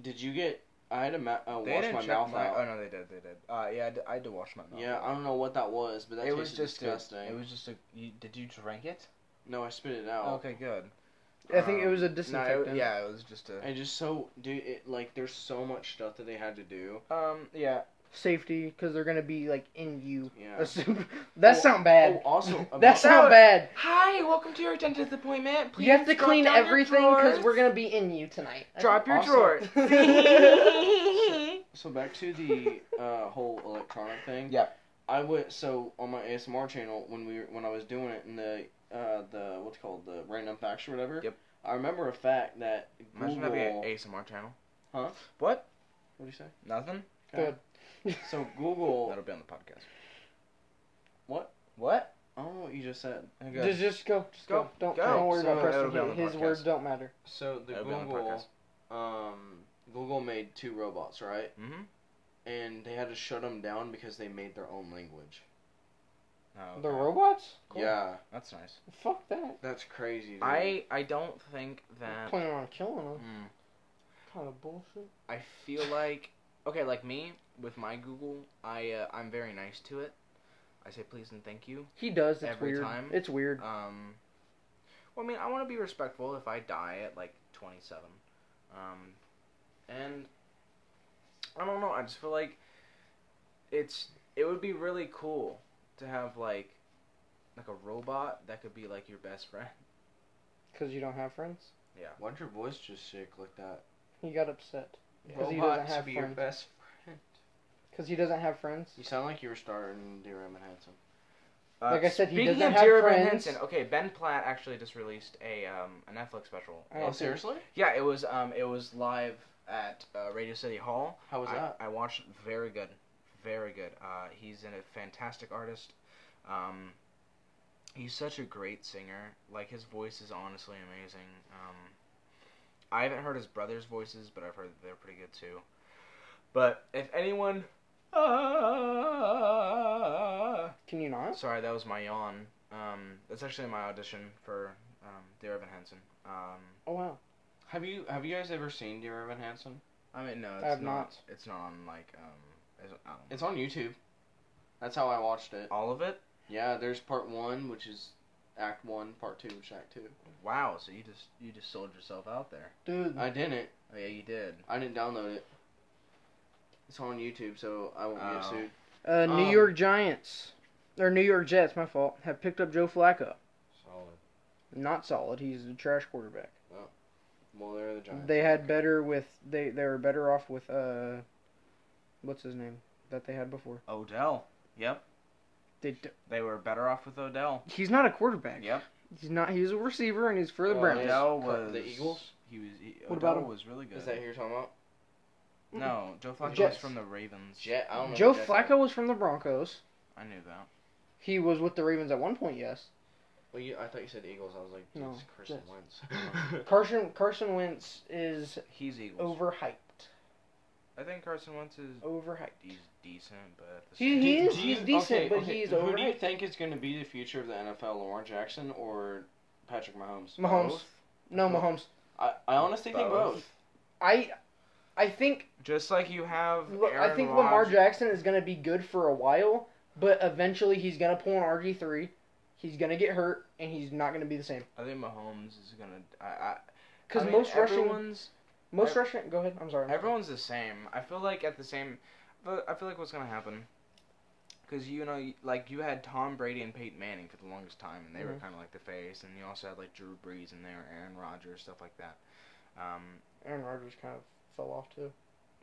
did you get? I had a ma- uh, They wash didn't my check mouth out. Oh no, they did, they did. Uh, yeah, I d- I had to wash my mouth. yeah, I don't know what that was, but that it was tasted just disgusting. A, it was just a. You, did you drink it? no, I spit it out. Okay, good. I think it Um, was a No, disinfectant. it, yeah, it was just a. And just so dude, it like there's so much stuff that they had to do. Um, yeah, safety because they're gonna be like in you. Yeah. That's that Oh, sound bad. Oh, also um, that about- sound bad. Hi, welcome to your dentist appointment. Please you have to drop clean down your everything because drawers. we're gonna be in you tonight. drop your Also- drawers. So back to the uh, whole electronic thing. Yeah. I went so on my ASMR channel when we were- when I was doing it in the uh, the what's it called the random facts or whatever. Yep. I remember a fact that Imagine Google. having an ASMR channel. Huh? What? What do you say? Nothing. Good. So Google. That'll be on the podcast. What? What? I don't know what you just said. Just, just go. Just go. Go, Don't, go. don't worry So about that'll Preston. be on the His podcast. words don't matter. So the That'll be on the Google, um, Google made two robots, right? Mm-hmm. And they had to shut them down because they made their own language. Oh, The okay. robots? Yeah, That's nice. Fuck that. that's crazy. Dude. I I don't think They're that. planning on killing them. Mm. Kind of bullshit. I feel like okay, like me with my Google, I uh, I'm very nice to it. I say please and thank you. He does. It's Every weird. time? It's weird. Um, well, I mean, I want to be respectful. If I die at like 27, um, and I don't know. I just feel like it's it would be really cool to have like like a robot that could be like your best friend. Because you don't have friends? Why'd your voice just shake like that? He got upset. Because he Robot doesn't to have be your friends. best friend. Because he doesn't have friends? You sound like you were starting Dear Evan Hansen. Uh, Like I said, he speaking doesn't of have Dear Evan friends. Hansen, okay, Ben Platt actually just released a um a Netflix special. I don't Oh, think- seriously? Yeah, it was um it was live at uh, Radio City Hall. How was I, that? I watched it. very good, very good. Uh, he's an- a fantastic artist. Um, he's such a great singer. Like his voice is honestly amazing. Um, I haven't heard his brother's voices, but I've heard that they're pretty good too. But if anyone, Ah! Can you not? sorry, that was my yawn. Um, that's actually my audition for um, Dear Evan Hansen. Um, Oh, wow. Have you have you guys ever seen Dear Evan Hansen? I mean, no, it's have not, not. It's not on like um, it's, I don't know. It's on YouTube. That's how I watched it. all of it. Yeah, there's part one, which is Act One, Part Two, which is Act Two. Wow, so you just you just sold yourself out there. Dude. I didn't. Oh yeah, you did. I didn't download it. It's on YouTube, so I won't get Oh. sued. Uh, New Um, York Giants or New York Jets, my fault, have picked up Joe Flacco. Solid. Not solid. He's a trash quarterback. Well, they're the Giants. They had better with they they were better off with uh, what's his name that they had before. Odell. Yep. They d- They were better off with Odell. he's not a quarterback. Yep. He's not. He's a receiver and he's for the Well, Browns. yeah. Odell Cur- was the Eagles? He was. He, What Odell about him? was really good. Is that who you're talking about? No, Joe Flacco was Jets. from the Ravens. Jet. I don't know. Joe who Jets are. Flacco was from the Broncos. I knew that. He was with the Ravens at one point. Yes. Well, you, I thought you said Eagles. I was like, No, it's Carson Jets. Wentz. Carson Carson Wentz is He's Eagles. overhyped. I think Carson Wentz is Overhyped. he's decent, but at the He- same- he is- he's decent, but he's Who do you overrated. think is going to be the future of the NFL? Lamar Jackson or Patrick Mahomes? Mahomes. Both? No Mahomes. I, I honestly think Both. both. I I think just like you have. Look, I Aaron think Lamar Rodgers- Jackson is going to be good for a while, but eventually he's going to pull an RG3. He's going to get hurt, and he's not going to be the same. I think Mahomes is gonna. I. I Because I mean, most rushing, everyone's most ev- rushing. Go ahead. I'm sorry. I'm sorry. Everyone's the same. I feel like at the same, but I feel like what's gonna happen, because you know, you- like you had Tom Brady and Peyton Manning for the longest time, and they were Mhm. kind of like the face, and you also had like Drew Brees in there, Aaron Rodgers, stuff like that. Um, Aaron Rodgers kind of fell off too.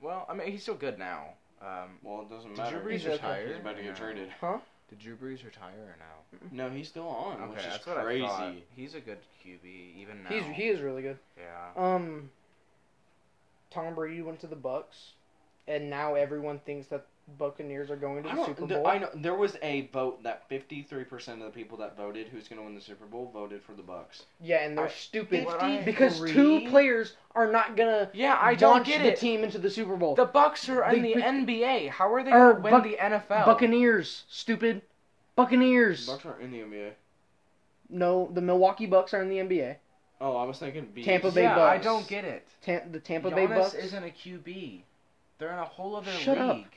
well, I mean, he's still good now. Um, Well, it doesn't Did Drew matter. Brees He's retire? He's about to Yeah. get traded. did Drew Brees retire or no? No, he's still on, which is that's what I thought. crazy. He's a good QB even now. He's he is really good. yeah. Um, Tom Brady went to the Bucks, and now everyone thinks that Buccaneers are going to I the Super don't. th- Bowl. I know there was a vote that fifty-three percent of the people that voted who's going to win the Super Bowl voted for the Bucks. yeah, and they're I- stupid What I- because two players are not gonna Yeah, I launch don't get the it. team into the Super Bowl. the Bucks are in The the Buc- NBA. How are they Or gonna win Buc- the NFL? Buccaneers, stupid. Buccaneers. Bucks aren't in the NBA. No, the Milwaukee Bucks are in the NBA. Oh, I was thinking Bees. Tampa Bay yeah, I Bucks. don't get it. Ta- the Tampa Giannis Bay Bucks. isn't a QB. They're in a whole other Shut league. up.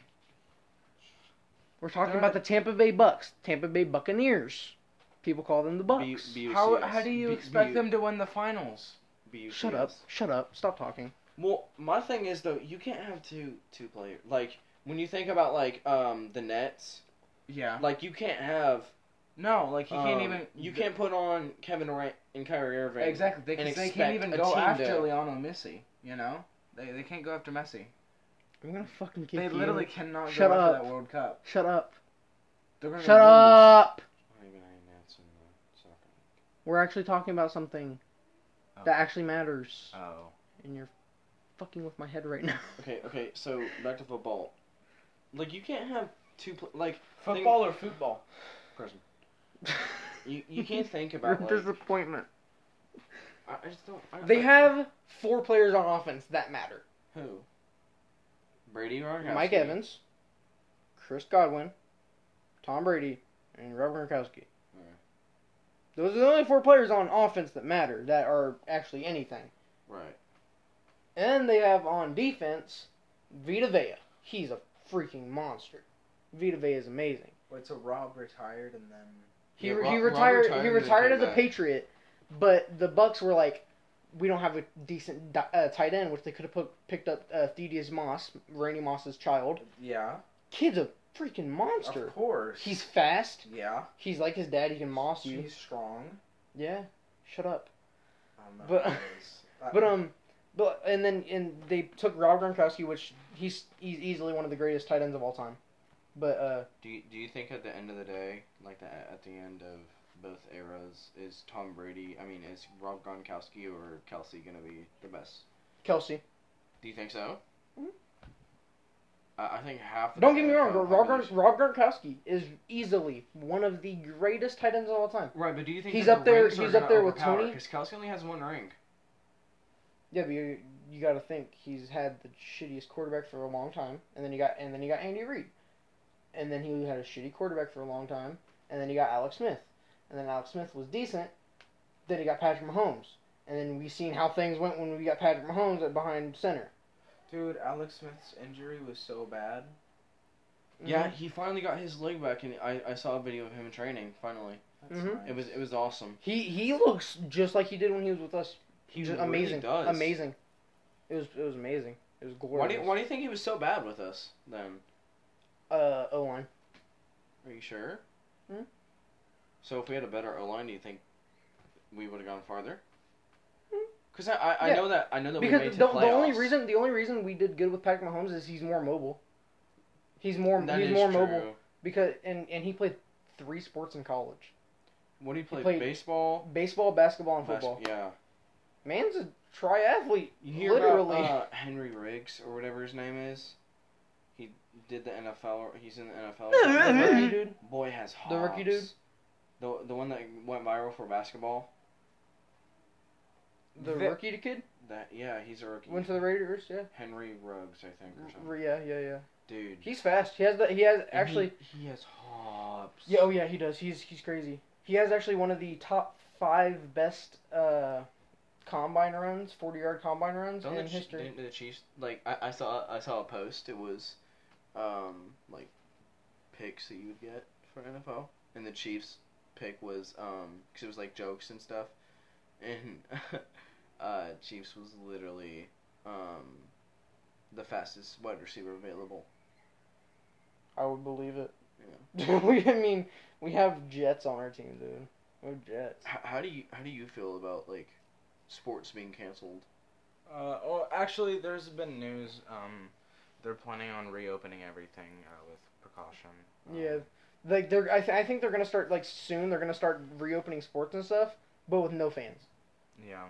We're talking they're- about the Tampa Bay Bucks, Tampa Bay Buccaneers. People call them the Bucks. B- BUCS. How how do you B- expect B- them to win the finals? BUCS. Shut up! Shut up! Stop talking. Well, my thing is though, you can't have two two players. Like when you think about like um the Nets, Yeah. like you can't have No, like he can't um, even. you can't put on Kevin Durant and Kyrie Irving. exactly. They, and 'cause they expect can't even a go team after to- Lionel Messi. You know, they they can't go after Messi. I'm gonna fucking kick They you. literally cannot Shut go up. after that World Cup. Shut up! They're gonna Shut lose. up! Not even announcing the soccer. We're actually talking about something Oh. that actually matters, Oh. and you're fucking with my head right now. Okay, okay. So back to football. Like you can't have two pl- like Football or football? person. You you can't think Your about like disappointment. I I just don't. I, They I- have four players on offense that matter. who. Brady Gronkowski. Mike Evans, Chris Godwin, Tom Brady, and Rob Gronkowski. Mhm. Those are the only four players on offense that matter that are actually anything. Right. And they have on defense Vita Vea. He's a freaking monster. Vita Vea is amazing. Wait, so Rob retired and then He, Yeah, re- Rob- he Rob retired. retired he and then retired came as a back. Patriot, but the Bucks were like, we don't have a decent di- uh, tight end, which they could have put, picked up uh, Thaddeus Moss, Randy Moss's child. yeah, Kid's a freaking monster. of course He's fast. yeah, He's like his dad. He can moss you. he's strong. Yeah. Shut up. I don't know But- how it is. Uh, That- But um, but and then and they took Rob Gronkowski, which he's he's easily one of the greatest tight ends of all time. But uh, Do you, do you think at the end of the day, like the, at the end of both eras, is Tom Brady? I mean, is Rob Gronkowski or Kelsey gonna be the best? Kelsey. Do you think so? Mhm. I, I think half. Of Don't the get me wrong. NFL Rob, Gron- population- Rob Gronkowski is easily one of the greatest tight ends of all time. Right, but do you think He's that up the there- rings are he's up gonna there with overpower? Tony? 'Cause Kelsey only has one ring. Yeah, but you, you got to think he's had the shittiest quarterback for a long time, and then you got and then you got Andy Reid, and then he had a shitty quarterback for a long time, and then you got Alex Smith, and then Alex Smith was decent, then he got Patrick Mahomes, and then we seen how things went when we got Patrick Mahomes at behind center. dude, Alex Smith's injury was so bad. Mm-hmm. Yeah, he finally got his leg back, and I, I saw a video of him in training. Finally, That's Mhm. nice. it was it was awesome. he he looks just like he did when he was with us. He Just really amazing, does. amazing. It was it was amazing. It was glorious. Why do you, why do you think he was so bad with us then? Uh, O line. Are you sure? Mhm. So if we had a better O line, do you think we would have gone farther? Mhm. Because I, I, I Yeah. know that I know that we made Because to the, playoffs. the only reason the only reason we did good with Patrick Mahomes is he's more mobile. He's more That he's is more true. mobile because and, and he played three sports in college: What do you play? played baseball, baseball, basketball, and Bas- football. yeah. Man's a triathlete. You hear Literally. about uh, Henry Riggs or whatever his name is? He did the NFL. or- He's in uh, the NFL. The rookie dude. Boy has hops. The rookie dude? The the one that went viral for basketball. The Vic- rookie kid That yeah, he's a rookie. went to the Raiders. Yeah. Henry Ruggs, I think, or something. R- Yeah, yeah, yeah. Dude. He's fast. He has the. He has and he- actually. He, has hops. Yeah. Oh yeah, he does. He's he's crazy. He has actually one of the top five best uh, combine runs, forty yard combine runs Don't in the, Chi- history. didn't the Chiefs like I, I saw I saw a post. It was, um, like picks that you would get for NFL, and the Chiefs pick was um because it was like jokes and stuff, and uh Chiefs was literally um the fastest wide receiver available. I would believe it. we, I mean, we have Jets on our team, dude. We have Jets. H- how do you how do you feel about like sports being canceled? Uh, oh, actually, there's been news. Um, they're planning on reopening everything uh, with precaution. Um, Yeah, like they're. I, th- I think they're gonna start like soon. They're gonna start reopening sports and stuff, but with no fans. Yeah.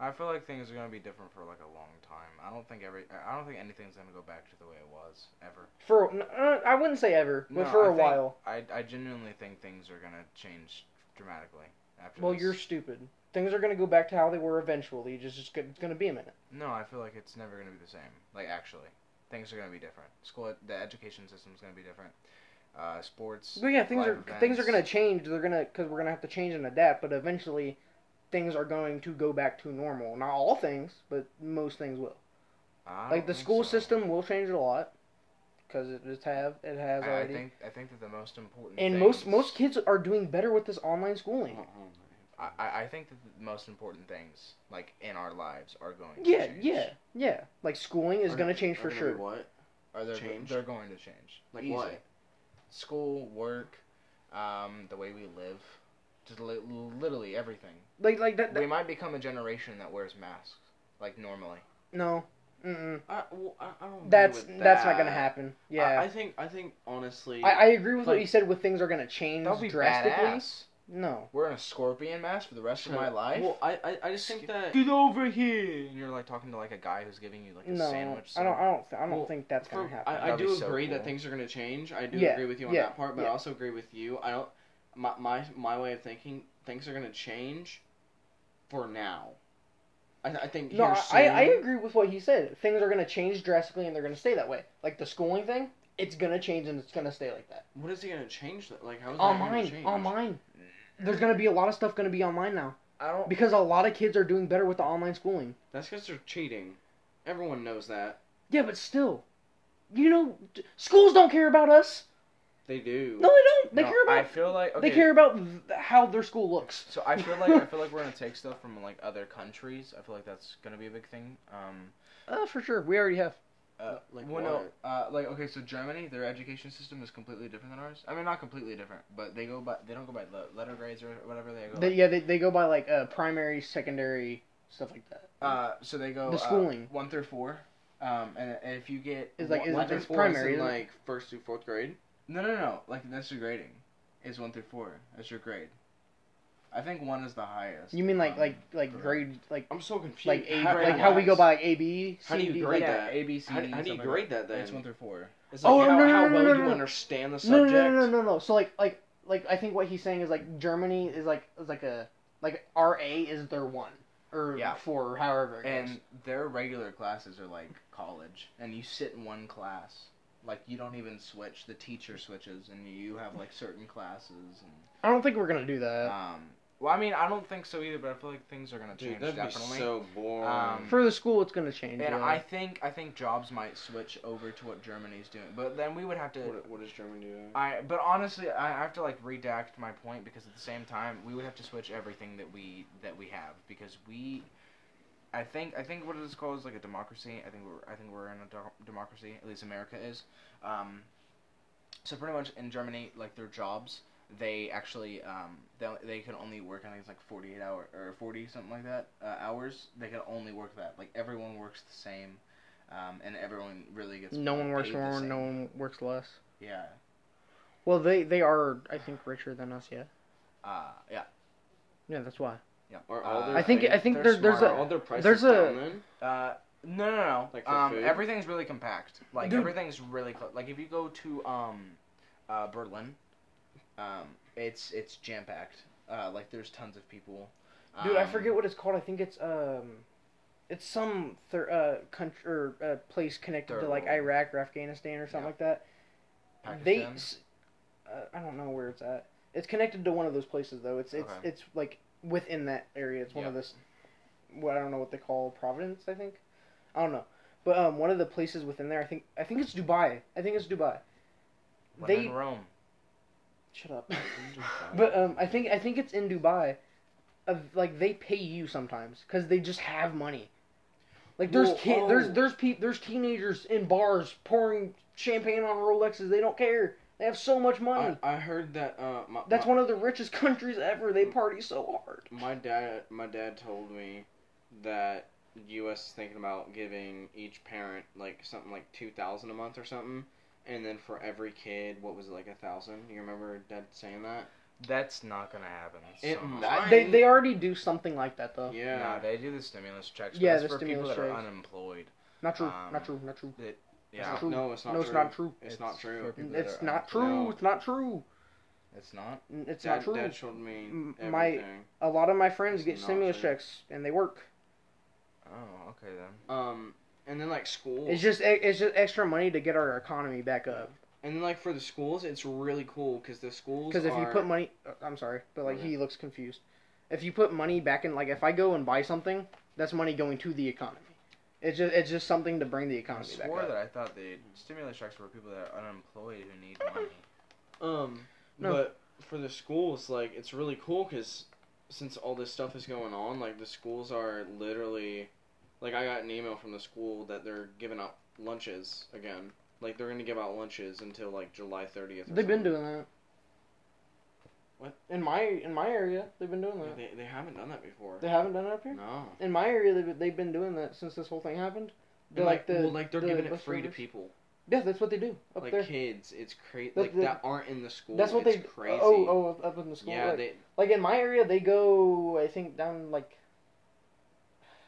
I feel like things are gonna be different for like a long time. I don't think every. I don't think anything's gonna go back to the way it was ever. For n- uh, I wouldn't say ever, but No, for I a think- while. I I genuinely think things are gonna change dramatically after. Well, this. you're stupid. Things are gonna go back to how they were eventually. Just it's gonna, it's gonna be a minute. No, I feel like it's never gonna be the same. Like actually, things are gonna be different. School, the education system's gonna be different. Uh, sports. But yeah, things live are things are events. gonna change. They're gonna because we're gonna have to change and adapt. But eventually, things are going to go back to normal. Not all things, but most things will. I like don't the think school so. system will change a lot because it just have it has I, I already. think I think that the Oh, most important and things- most most kids are doing better with this online schooling. I, I I think that the most important things like in our lives are going to yeah, change. yeah, yeah. Like schooling is Are- gonna change are for gonna be sure. What? Are they're Change? they're going to change. Like Easy. what? School, work, um, the way we live, just li- literally everything. Like like that. We that might become a generation that wears masks like normally. no, mm-mm. I, well, I, I don't agree that's with that's not that. gonna happen. I, I Yeah, think I think honestly. I, I, agree with what like- you said. With things are gonna change That'll be drastically. badass. No, Wearing a scorpion mask for the rest of my life. Uh, Well, I, I, I just think that Get over here! And you're like talking to like a guy who's giving you like a no. sandwich. I don't. I don't. th- I don't Well, think that's gonna for- happen. I, I That'd be do so agree cool. that things are going to change. I do Yeah, agree with you on yeah, that part, but yeah. I also agree with you. I don't. My my, my way of thinking, things are going to change for now. I, I think No, here I, I soon- agree with what he said. Things are going to change drastically and they're going to stay that way. Like the schooling thing, it's gonna change and it's gonna stay like that. What is he gonna change? That like how Oh, is that gonna Online, change? online. There's gonna be a lot of stuff gonna be online now I don't. because a lot of kids are doing better with the online schooling. That's because they're cheating. Everyone knows that. Yeah, but still, you know, d- schools don't care about us. They do. No, they don't. They no, care about. I feel like okay, They care about th- how their school looks. So I feel like I feel like we're gonna take stuff from like other countries. I feel like that's gonna be a big thing. Um, Uh, for sure, we already have. uh, Like well, no, what? uh, like okay, so Germany, their education system is completely different than ours. I mean, not completely different, but they go by they don't go by le- letter grades or whatever they go. They, like- yeah, they, they go by like uh, primary, secondary, stuff like that. uh, so they go The uh, schooling. one through four. Um, and if you get It's like- one- is one it through just four, Four is primary, in, isn't it? like first through fourth grade. No, no, no. Like that's your grading. Is one through four. That's your grade. I think one is the highest. You mean like um, like like correct. grade like I'm so confused. like A, how- like how we go by like A B How do C, you D, grade like- yeah, that. A B C. How, how do you something grade that Like that. then? It's one through four. It's like Oh, how, no, no, how no, well no, you no. understand the No, subject. no, no, no, no, no. So like like like I think what he's saying is like Germany is like is like a like RA is their one or Yeah. four or however it goes. And their regular classes are like college, and you sit in one class. Like you don't even switch. The teacher switches, and you have like certain classes. And, I don't think we're gonna do that um, well, I mean, I don't think so either. But I feel like things are gonna change Dude, that'd definitely. be so boring. Um, for the school. It's gonna change. and yeah. I think I think jobs might switch over to what Germany's doing, but then we would have to what, what does German do? That? I but honestly, I I have to like redact my point because at the same time we would have to switch everything that we that we have because we, I think I think what it is called is like a democracy. I think we're I think we're in a do- democracy. At least America is. Um, so pretty much in Germany, like their jobs, they actually um they they can only work I think it's like forty eight hour or forty something like that uh, hours. They can only work that. Like everyone works the same. Um, and everyone really gets no one works paid the more. same. No one works less. yeah Well, they they are I think richer than us. Yeah. uh, yeah Yeah, that's why. Yeah. Are all their I think- things- I think they're there- there's are smarter. a- all their prices there's a- down then? uh no no no. Like for um food? everything's really compact. Like Dude. everything's really cl- like if you go to um uh Berlin, um it's it's jam packed. Uh like there's tons of people. Dude, I Um, forget what it's called. I think it's um, it's some thir- uh country or uh, place connected Third to like world. Iraq or Afghanistan or something Yeah. like that. They, Pakistan. s- uh, I don't know where it's at. It's connected to one of those places though. It's it's Okay. it's like within that area. It's one of Yeah. this, what I don't know what they call Providence. I think, I don't know, but um, one of the places within there. I think I think it's Dubai. I think it's Dubai. When they- in Rome. Shut up. But um, I think I think it's in Dubai, of like they pay you sometimes because they just have money. Like there's Well, kid, oh. there's there's pe- there's teenagers in bars pouring champagne on Rolexes. They don't care. They have so much money. I, I heard that uh, my, That's my, one of the richest countries ever. They party so hard. my dad my dad told me that U.S. is thinking about giving each parent like something like two thousand a month or something, and then for every kid, what was it like a thousand? You remember Dad saying that? That's not gonna happen. It somehow. might. They they already do something like that though. Yeah. Nah, they do the stimulus checks. but Yeah, that's the for stimulus people that are checks. unemployed. Not true. Um, not true. Not true. Yeah, true. No, it's not No, true. it's not true. It's, not true. for people that It's are not true. No. It's not true. It's not. N- It's Dad, not true. Dad showed me M- everything. my- A lot of my friends It's get not stimulus true. checks and they work. Oh, okay then. Um, and then like school. It's just e, it's just extra money to get our economy back up. And then like for the schools, it's really cool because the schools. Because if you are- put money, uh, I'm sorry, but like Okay. he looks confused. If you put money back in, like if I go and buy something, that's money going to the economy. It's just it's just something to bring the I economy back swore up. that I thought the stimulus checks were people that are unemployed who need money. Um, No. but for the schools, like it's really cool because since all this stuff is going on, like the schools are literally, like I got an email from the school that they're giving out lunches again. Like they're gonna give out lunches until like July thirtieth. They've been doing that. What? In my in my area, they've been doing that. They, they haven't done that before. They haven't done it up here. No. In my area, they've, they've been doing that since this whole thing happened. They're And, like, the well, like they're the giving it bus free to drivers. people, Yeah, that's what they do up like there. kids. It's crazy. That- Like that- that aren't in the school. That's what it's they crazy. oh oh up in the school. yeah, like- they like in my area they go i think down like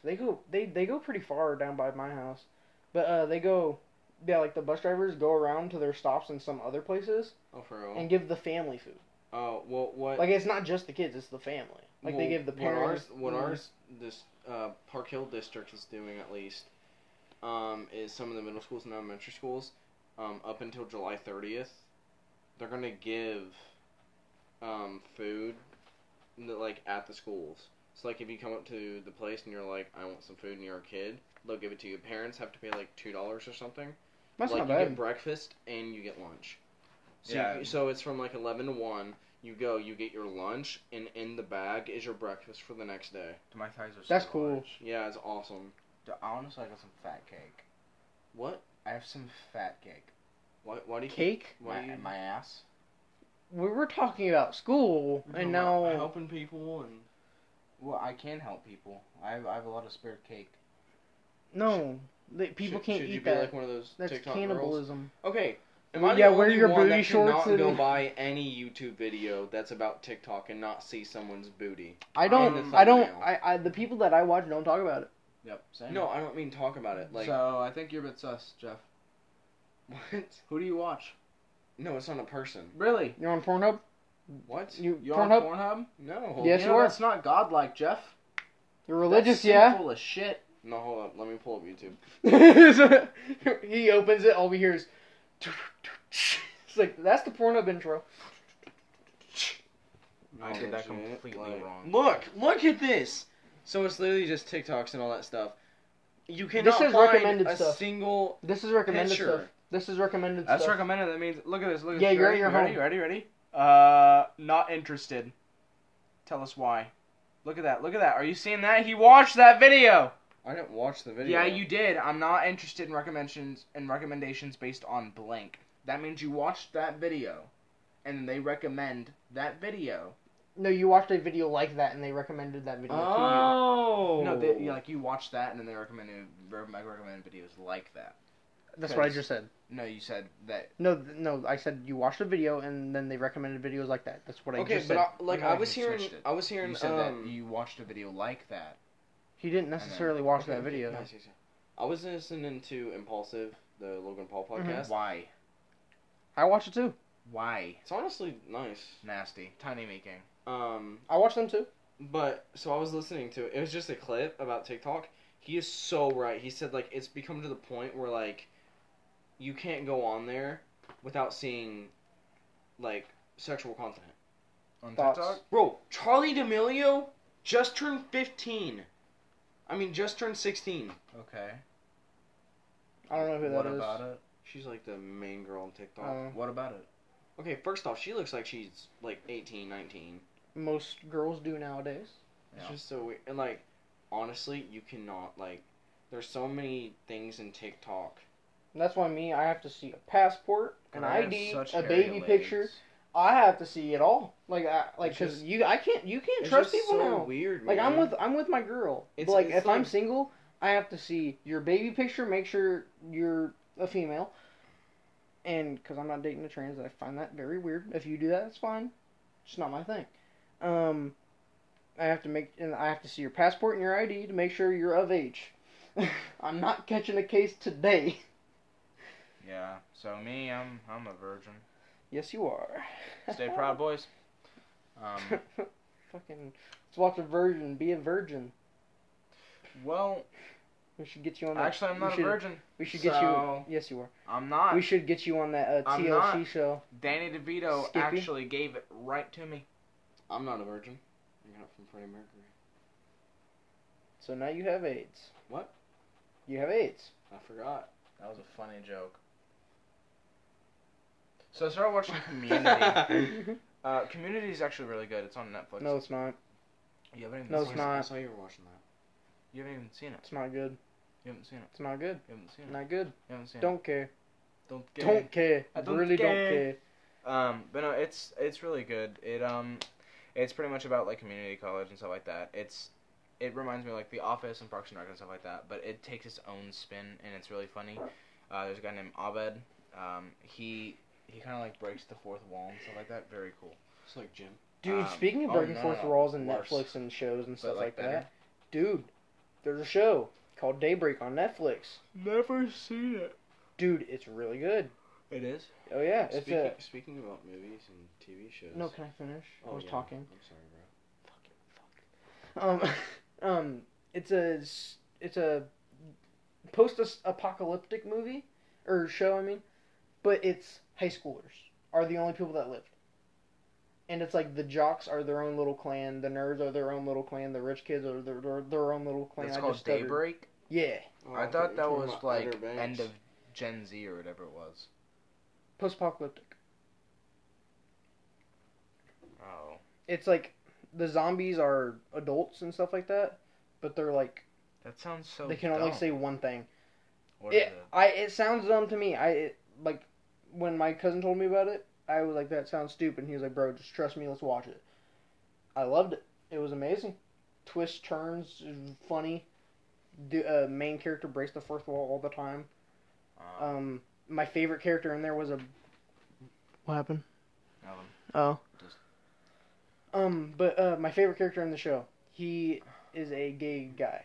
they go they they go pretty far down by my house but uh they go yeah like the bus drivers go around to their stops in some other places oh for real. and give the family food oh well, what? like it's not just the kids it's the family like Well, they give the what ours- parents What ours, this uh, Park Hill district is doing at least, um, is some of the middle schools and elementary schools, um, up until July 30th, they're gonna give um, food n- like at the schools. So like if you come up to the place and you're like, I want some food, and you're a kid, they'll give it to you. Parents have to pay like two dollars or something. That's like not you bad. get breakfast and you get lunch. So Yeah. you- so it's from like 11 to 1. You go, you get your lunch, and in the bag is your breakfast for the next day. My thighs are. So That's cool. large. Yeah, it's awesome. D- Honestly, I got some fat cake. What? I have some fat cake. Why? Why do you? Cake? Why my, do you? my ass. We were talking about school, and now We're helping people and Well, I can help people. I have, I have a lot of spare cake. no, the, people should, can't should eat you be that. like one of those That's TikTok girls? cannibalism. Okay. Am Well, I yeah, the wear only your one booty that shorts cannot go and- by any YouTube video that's about TikTok and not see someone's booty? I in don't. the I don't. thumbnail. I, I. The people that I watch don't talk about it. Yep. Same. No, I don't mean talk about it. Like so I think you're a bit sus, Jeff. what? Who do you watch? No, it's not a person. Really? You're on Pornhub. What? You, You on Pornhub. Pornhub? No. Yes, you you know, are. That's not godlike, Jeff. You're religious, that's yeah. Full of shit. No, hold up. Let me pull up YouTube. he opens it. All we hear is. It's like that's the Pornhub intro. I did that Oh, shit. completely Like- wrong. Look, look at this. So it's literally just TikToks and all that stuff. You cannot is find recommended a stuff. single. This is recommended Picture. stuff. This is recommended That's stuff. recommended. That means look at this. Look at Yeah, this. you're ready, at your ready, home. ready, ready. Uh, not interested. Tell us why. Look at that. Look at that. Are you seeing that? He watched that video. I didn't watch the video. Yeah, you did. I'm not interested in recommendations and recommendations based on blank. That means you watched that video, and they recommend that video. no, you watched a video like that and they recommended that video to Oh. No, they, like you watched that, and then they recommended recommend videos like that. you. That's what I just said. No, you said that No, th- no, I said you watched a video and then they recommended videos like that. That's what I okay, just but said. I, like No, I you was hearing, switched it. I was hearing. you said um, that you watched a video like that. He didn't then- necessarily watch okay, that video. nice, nice, nice. I was listening to Impulsive, the Logan Paul Mm-hmm. podcast. Why? I watched it too. Why? It's honestly nice. Nasty. Tiny making. Um, I watched them too. But so I was listening to it. It was just a clip about TikTok. He is so right. He said like it's become to the point where like you can't go on there without seeing like sexual content. On Thoughts? TikTok? Bro, Charlie D'Amelio just turned 15. I mean, just turned 16. Okay. I don't know who that is. what about it? She's like the main girl on TikTok. Uh, What about it? okay, first off, she looks like she's like 18, 19. most girls do nowadays. It's Yeah. just so weird. And like, honestly, you cannot like. There's so many things in TikTok And that's why me, I have to see a passport, an I have ID, such a hairy baby legs. picture. I have to see it all. Like, I, like, It's cause just- you, I can't, you can't It's trust just people so now. Weird. Like, I'm man. with, I'm with my girl. But, It's- like, it's if I'm like- single, I have to see your baby picture. Make sure you're a female. And because I'm not dating a trans, I find that very weird. If you do that, that's fine. It's not my thing. Um, I have to make, and I have to see your passport and your ID to make sure you're of age. I'm not catching a case today. Yeah. So me, I'm I'm a virgin. Yes, you are. Stay proud, boys. Um, Fucking, let's watch a virgin. Be a virgin. well, We should get you on that. actually, I'm we not should- a virgin. We should get so- you. Yes, you are. I'm not. We should get you on that uh, I'm TLC not. show. Danny DeVito Skippy? actually gave it right to me. I'm not a virgin. I got it from Freddie Mercury. So now you have AIDS. What? You have AIDS. I forgot. That was a funny joke. So I started watching Community. uh, Community is actually really good. It's on Netflix. No, it's not. you haven't even no, seen it's it. not. I saw you were watching that. You haven't even seen it. It's not good. You haven't seen it. It's not good. You haven't seen it. Not good. You haven't seen it. Don't care. Don't get Don't care. I don't really care. don't care. Um, but no, it's it's really good. It um, it's pretty much about like community college and stuff like that. It's it reminds me of, like The Office and Parks and Rec and stuff like that. But it takes its own spin and it's really funny. Uh, there's a guy named Abed. Um, he he kind of like breaks the fourth wall and stuff like that. Very cool. It's like Jim. Dude, Um, speaking of oh, breaking no, fourth no, walls and worse. Netflix and shows and stuff like, like better. that, dude, there's a show called Daybreak on Netflix. Never seen it. Dude, it's really good. It is. Oh yeah, it's Speaking, a. speaking about movies and TV shows. No, can I finish? Oh, I was yeah. talking. I'm sorry, bro. Um, um, it's a s- it's a post apocalyptic movie or show. I mean, but it's high schoolers are the only people that lived. And it's like the jocks are their own little clan, the nerds are their own little clan, the rich kids are their their, their own little clan. It's I called just stuttered. Daybreak. Yeah, Oh, I you're thought that talking was about like Outer Banks. end of Gen Z or whatever it was. post-apocalyptic. Oh. It's like the zombies are adults and stuff like that, but they're like That sounds so. they can only Oh, dumb. say one thing. What is It, I it sounds dumb to me. I it, like when my cousin told me about it, I was like, "That sounds stupid." And he was like, "Bro, just trust me. Let's watch it." I loved it. It was amazing. Twists, turns, it was funny. The uh, main character breaks the fourth wall all the time. Uh, Um, my favorite character in there was a. What happened? Nothing. Oh. Just- Um, but uh, my favorite character in the show, he is a gay guy.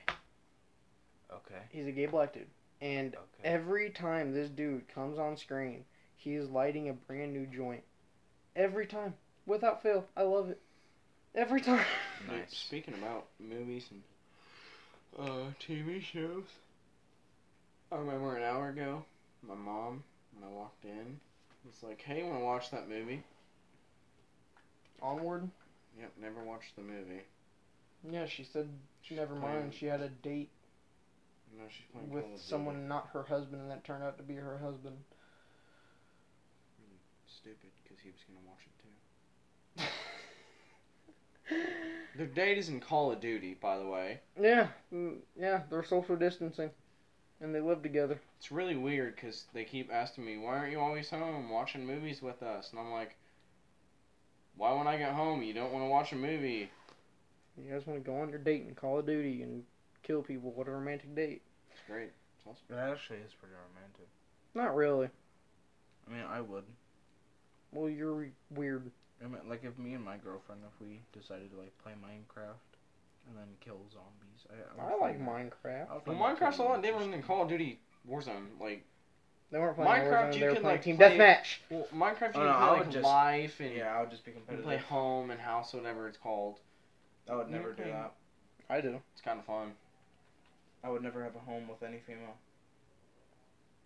okay. He's a gay black dude, and Okay. Every time this dude comes on screen, he is lighting a brand new joint. Every time. Without fail. I love it. Every time. Dude, Nice. Speaking about movies and uh, TV shows, I remember an hour ago, my mom, when I walked in, was like, hey, want to watch that movie? Onward? Yep, never watched the movie. Yeah, she said never mind. She had a date No, she's playing with Call of Duty. someone not her husband, and that turned out to be her husband. Stupid, because he was going to watch it too. Their date is in Call of Duty, by the way. yeah. mm, Yeah, they're social distancing. And they live together. It's really weird because they keep asking me, why aren't you always home watching movies with us? And I'm like, why when I get home you don't want to watch a movie? You guys want to go on your date and Call of Duty and kill people. What a romantic date. It's great. It's awesome. That actually is pretty romantic. Not really. I mean, I would. Well, you're weird. I mean, like if me and my girlfriend, if we decided to like play Minecraft and then kill zombies, I, I, I would like find that- Minecraft. I would Well, find that Minecraft's a pretty lot different than interesting. Call of Duty Warzone. Like, They weren't playing Minecraft, Warzone, you they were can, playing like, team play- deathmatch. well, Minecraft you Oh, no, can I play would like just- life and Yeah, I would just be you can play competitive. home and house, whatever it's called. I would never do Okay. that. I do. It's kind of fun. I would never have a home with any female.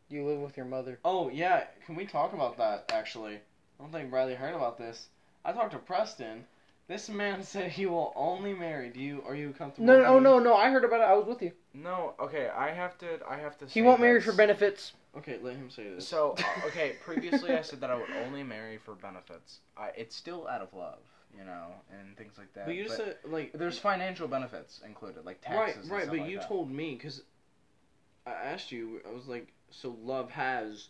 You live with your mother. Oh yeah, can we talk about that? Actually, I don't think Riley heard about this. I talked to Preston. This man said he will only marry. Do you? Are you comfortable? No, oh, with no, me? no, no. I heard about it. I was with you. No, okay, I have to. I have to. He say won't marry this. for benefits. Okay, let him say this. So uh, okay, previously I said that I would only marry for benefits. I, it's still out of love, you know, and things like that. but you but said like there's financial benefits included, like taxes. right, right. and stuff But like you that. told me because I asked you. I was like, so love has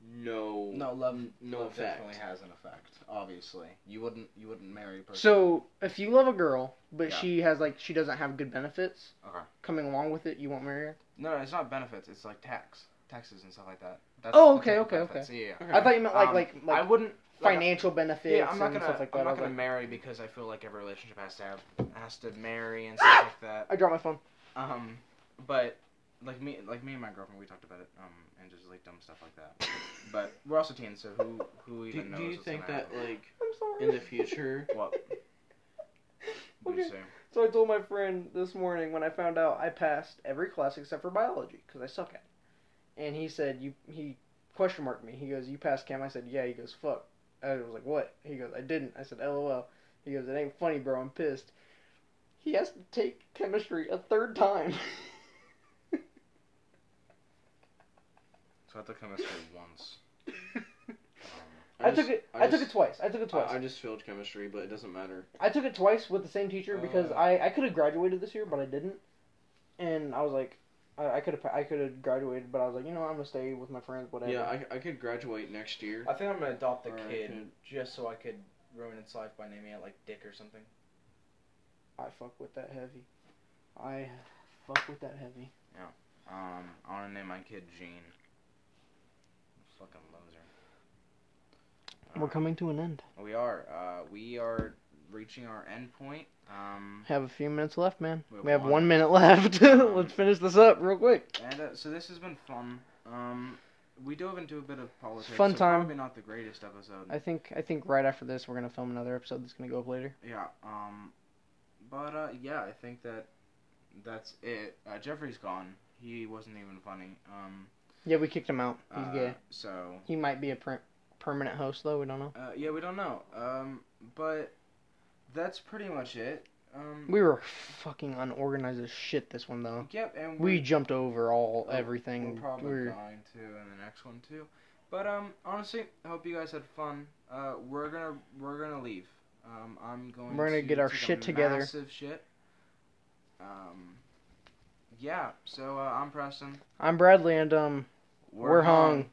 no No love. n- no love effect. definitely has an effect. Obviously, you wouldn't. You wouldn't marry a person. So if you love a girl, but Yeah. she has like she doesn't have good benefits Okay. coming along with it, you won't marry her. No, no, it's not benefits. It's like tax, taxes and stuff like that. That's Oh, the okay, type of okay, benefits. Yeah, yeah. Okay. I thought you meant like Um, like like I wouldn't. like, financial benefits yeah, I'm not and gonna. stuff like that. I'm I, not was gonna like- marry because I feel like every relationship has to have has to marry and stuff like that. I dropped my phone. Um, but like me, like me and my girlfriend, we talked about it, um, and just like dumb stuff like that. But we're also teens, so who who Do, even knows? do you what's think gonna that happen? like I'm sorry. in the future? What? What'd Okay. you say? So I told my friend this morning when I found out I passed every class except for biology because I suck at it. And he said, "You," he question marked me. He goes, "You passed chem?" I said, "Yeah." He goes, "Fuck." I was like, "What?" He goes, "I didn't." I said, "LOL." He goes, "It ain't funny, bro. I'm pissed." He has to take chemistry a third time. So I took chemistry once. I, just- took it. I, I took just- it twice. I took it twice. I, I just failed chemistry, but it doesn't matter. I took it twice with the same teacher because Oh. I, I could have graduated this year, but I didn't. And I was like, I I could have I could have graduated, but I was like, you know, what, I'm gonna stay with my friends, whatever. Yeah, I, I could graduate next year. I think I'm gonna adopt the Or I kid could- just so I could ruin its life by naming it like Dick or something. I fuck with that heavy. I fuck with that heavy. Um, I want to name my kid Gene. Fucking loser. We're Um, coming to an end. We are. Uh, we are reaching our end point. Um, Have a few minutes left, man. We We have have, one. one. minute left. Let's finish this up real quick. and uh, so this has been fun. Um, we dove into a bit of politics. Fun so time. Probably not the greatest episode. I think I think right after this we're gonna film another episode that's gonna go up later. yeah. Um, but uh, yeah, I think that that's it. Uh, Jeffrey's gone. He wasn't even funny. Um, Yeah, we kicked him out. He's Uh, gay. So He might be a per- permanent host though. We don't know. uh, yeah, we don't know. Um, but that's pretty much it. Um, We were fucking unorganized as shit this one though. yep, and We jumped over all Oh, everything. We're probably We're- going to in the next one too. But um, honestly, I hope you guys had fun. Uh, we're gonna we're gonna leave. Um, I'm going. We're gonna to get our take a shit together. Massive shit. Um, yeah. So uh, I'm Preston. I'm Bradley, and um, we're, hung.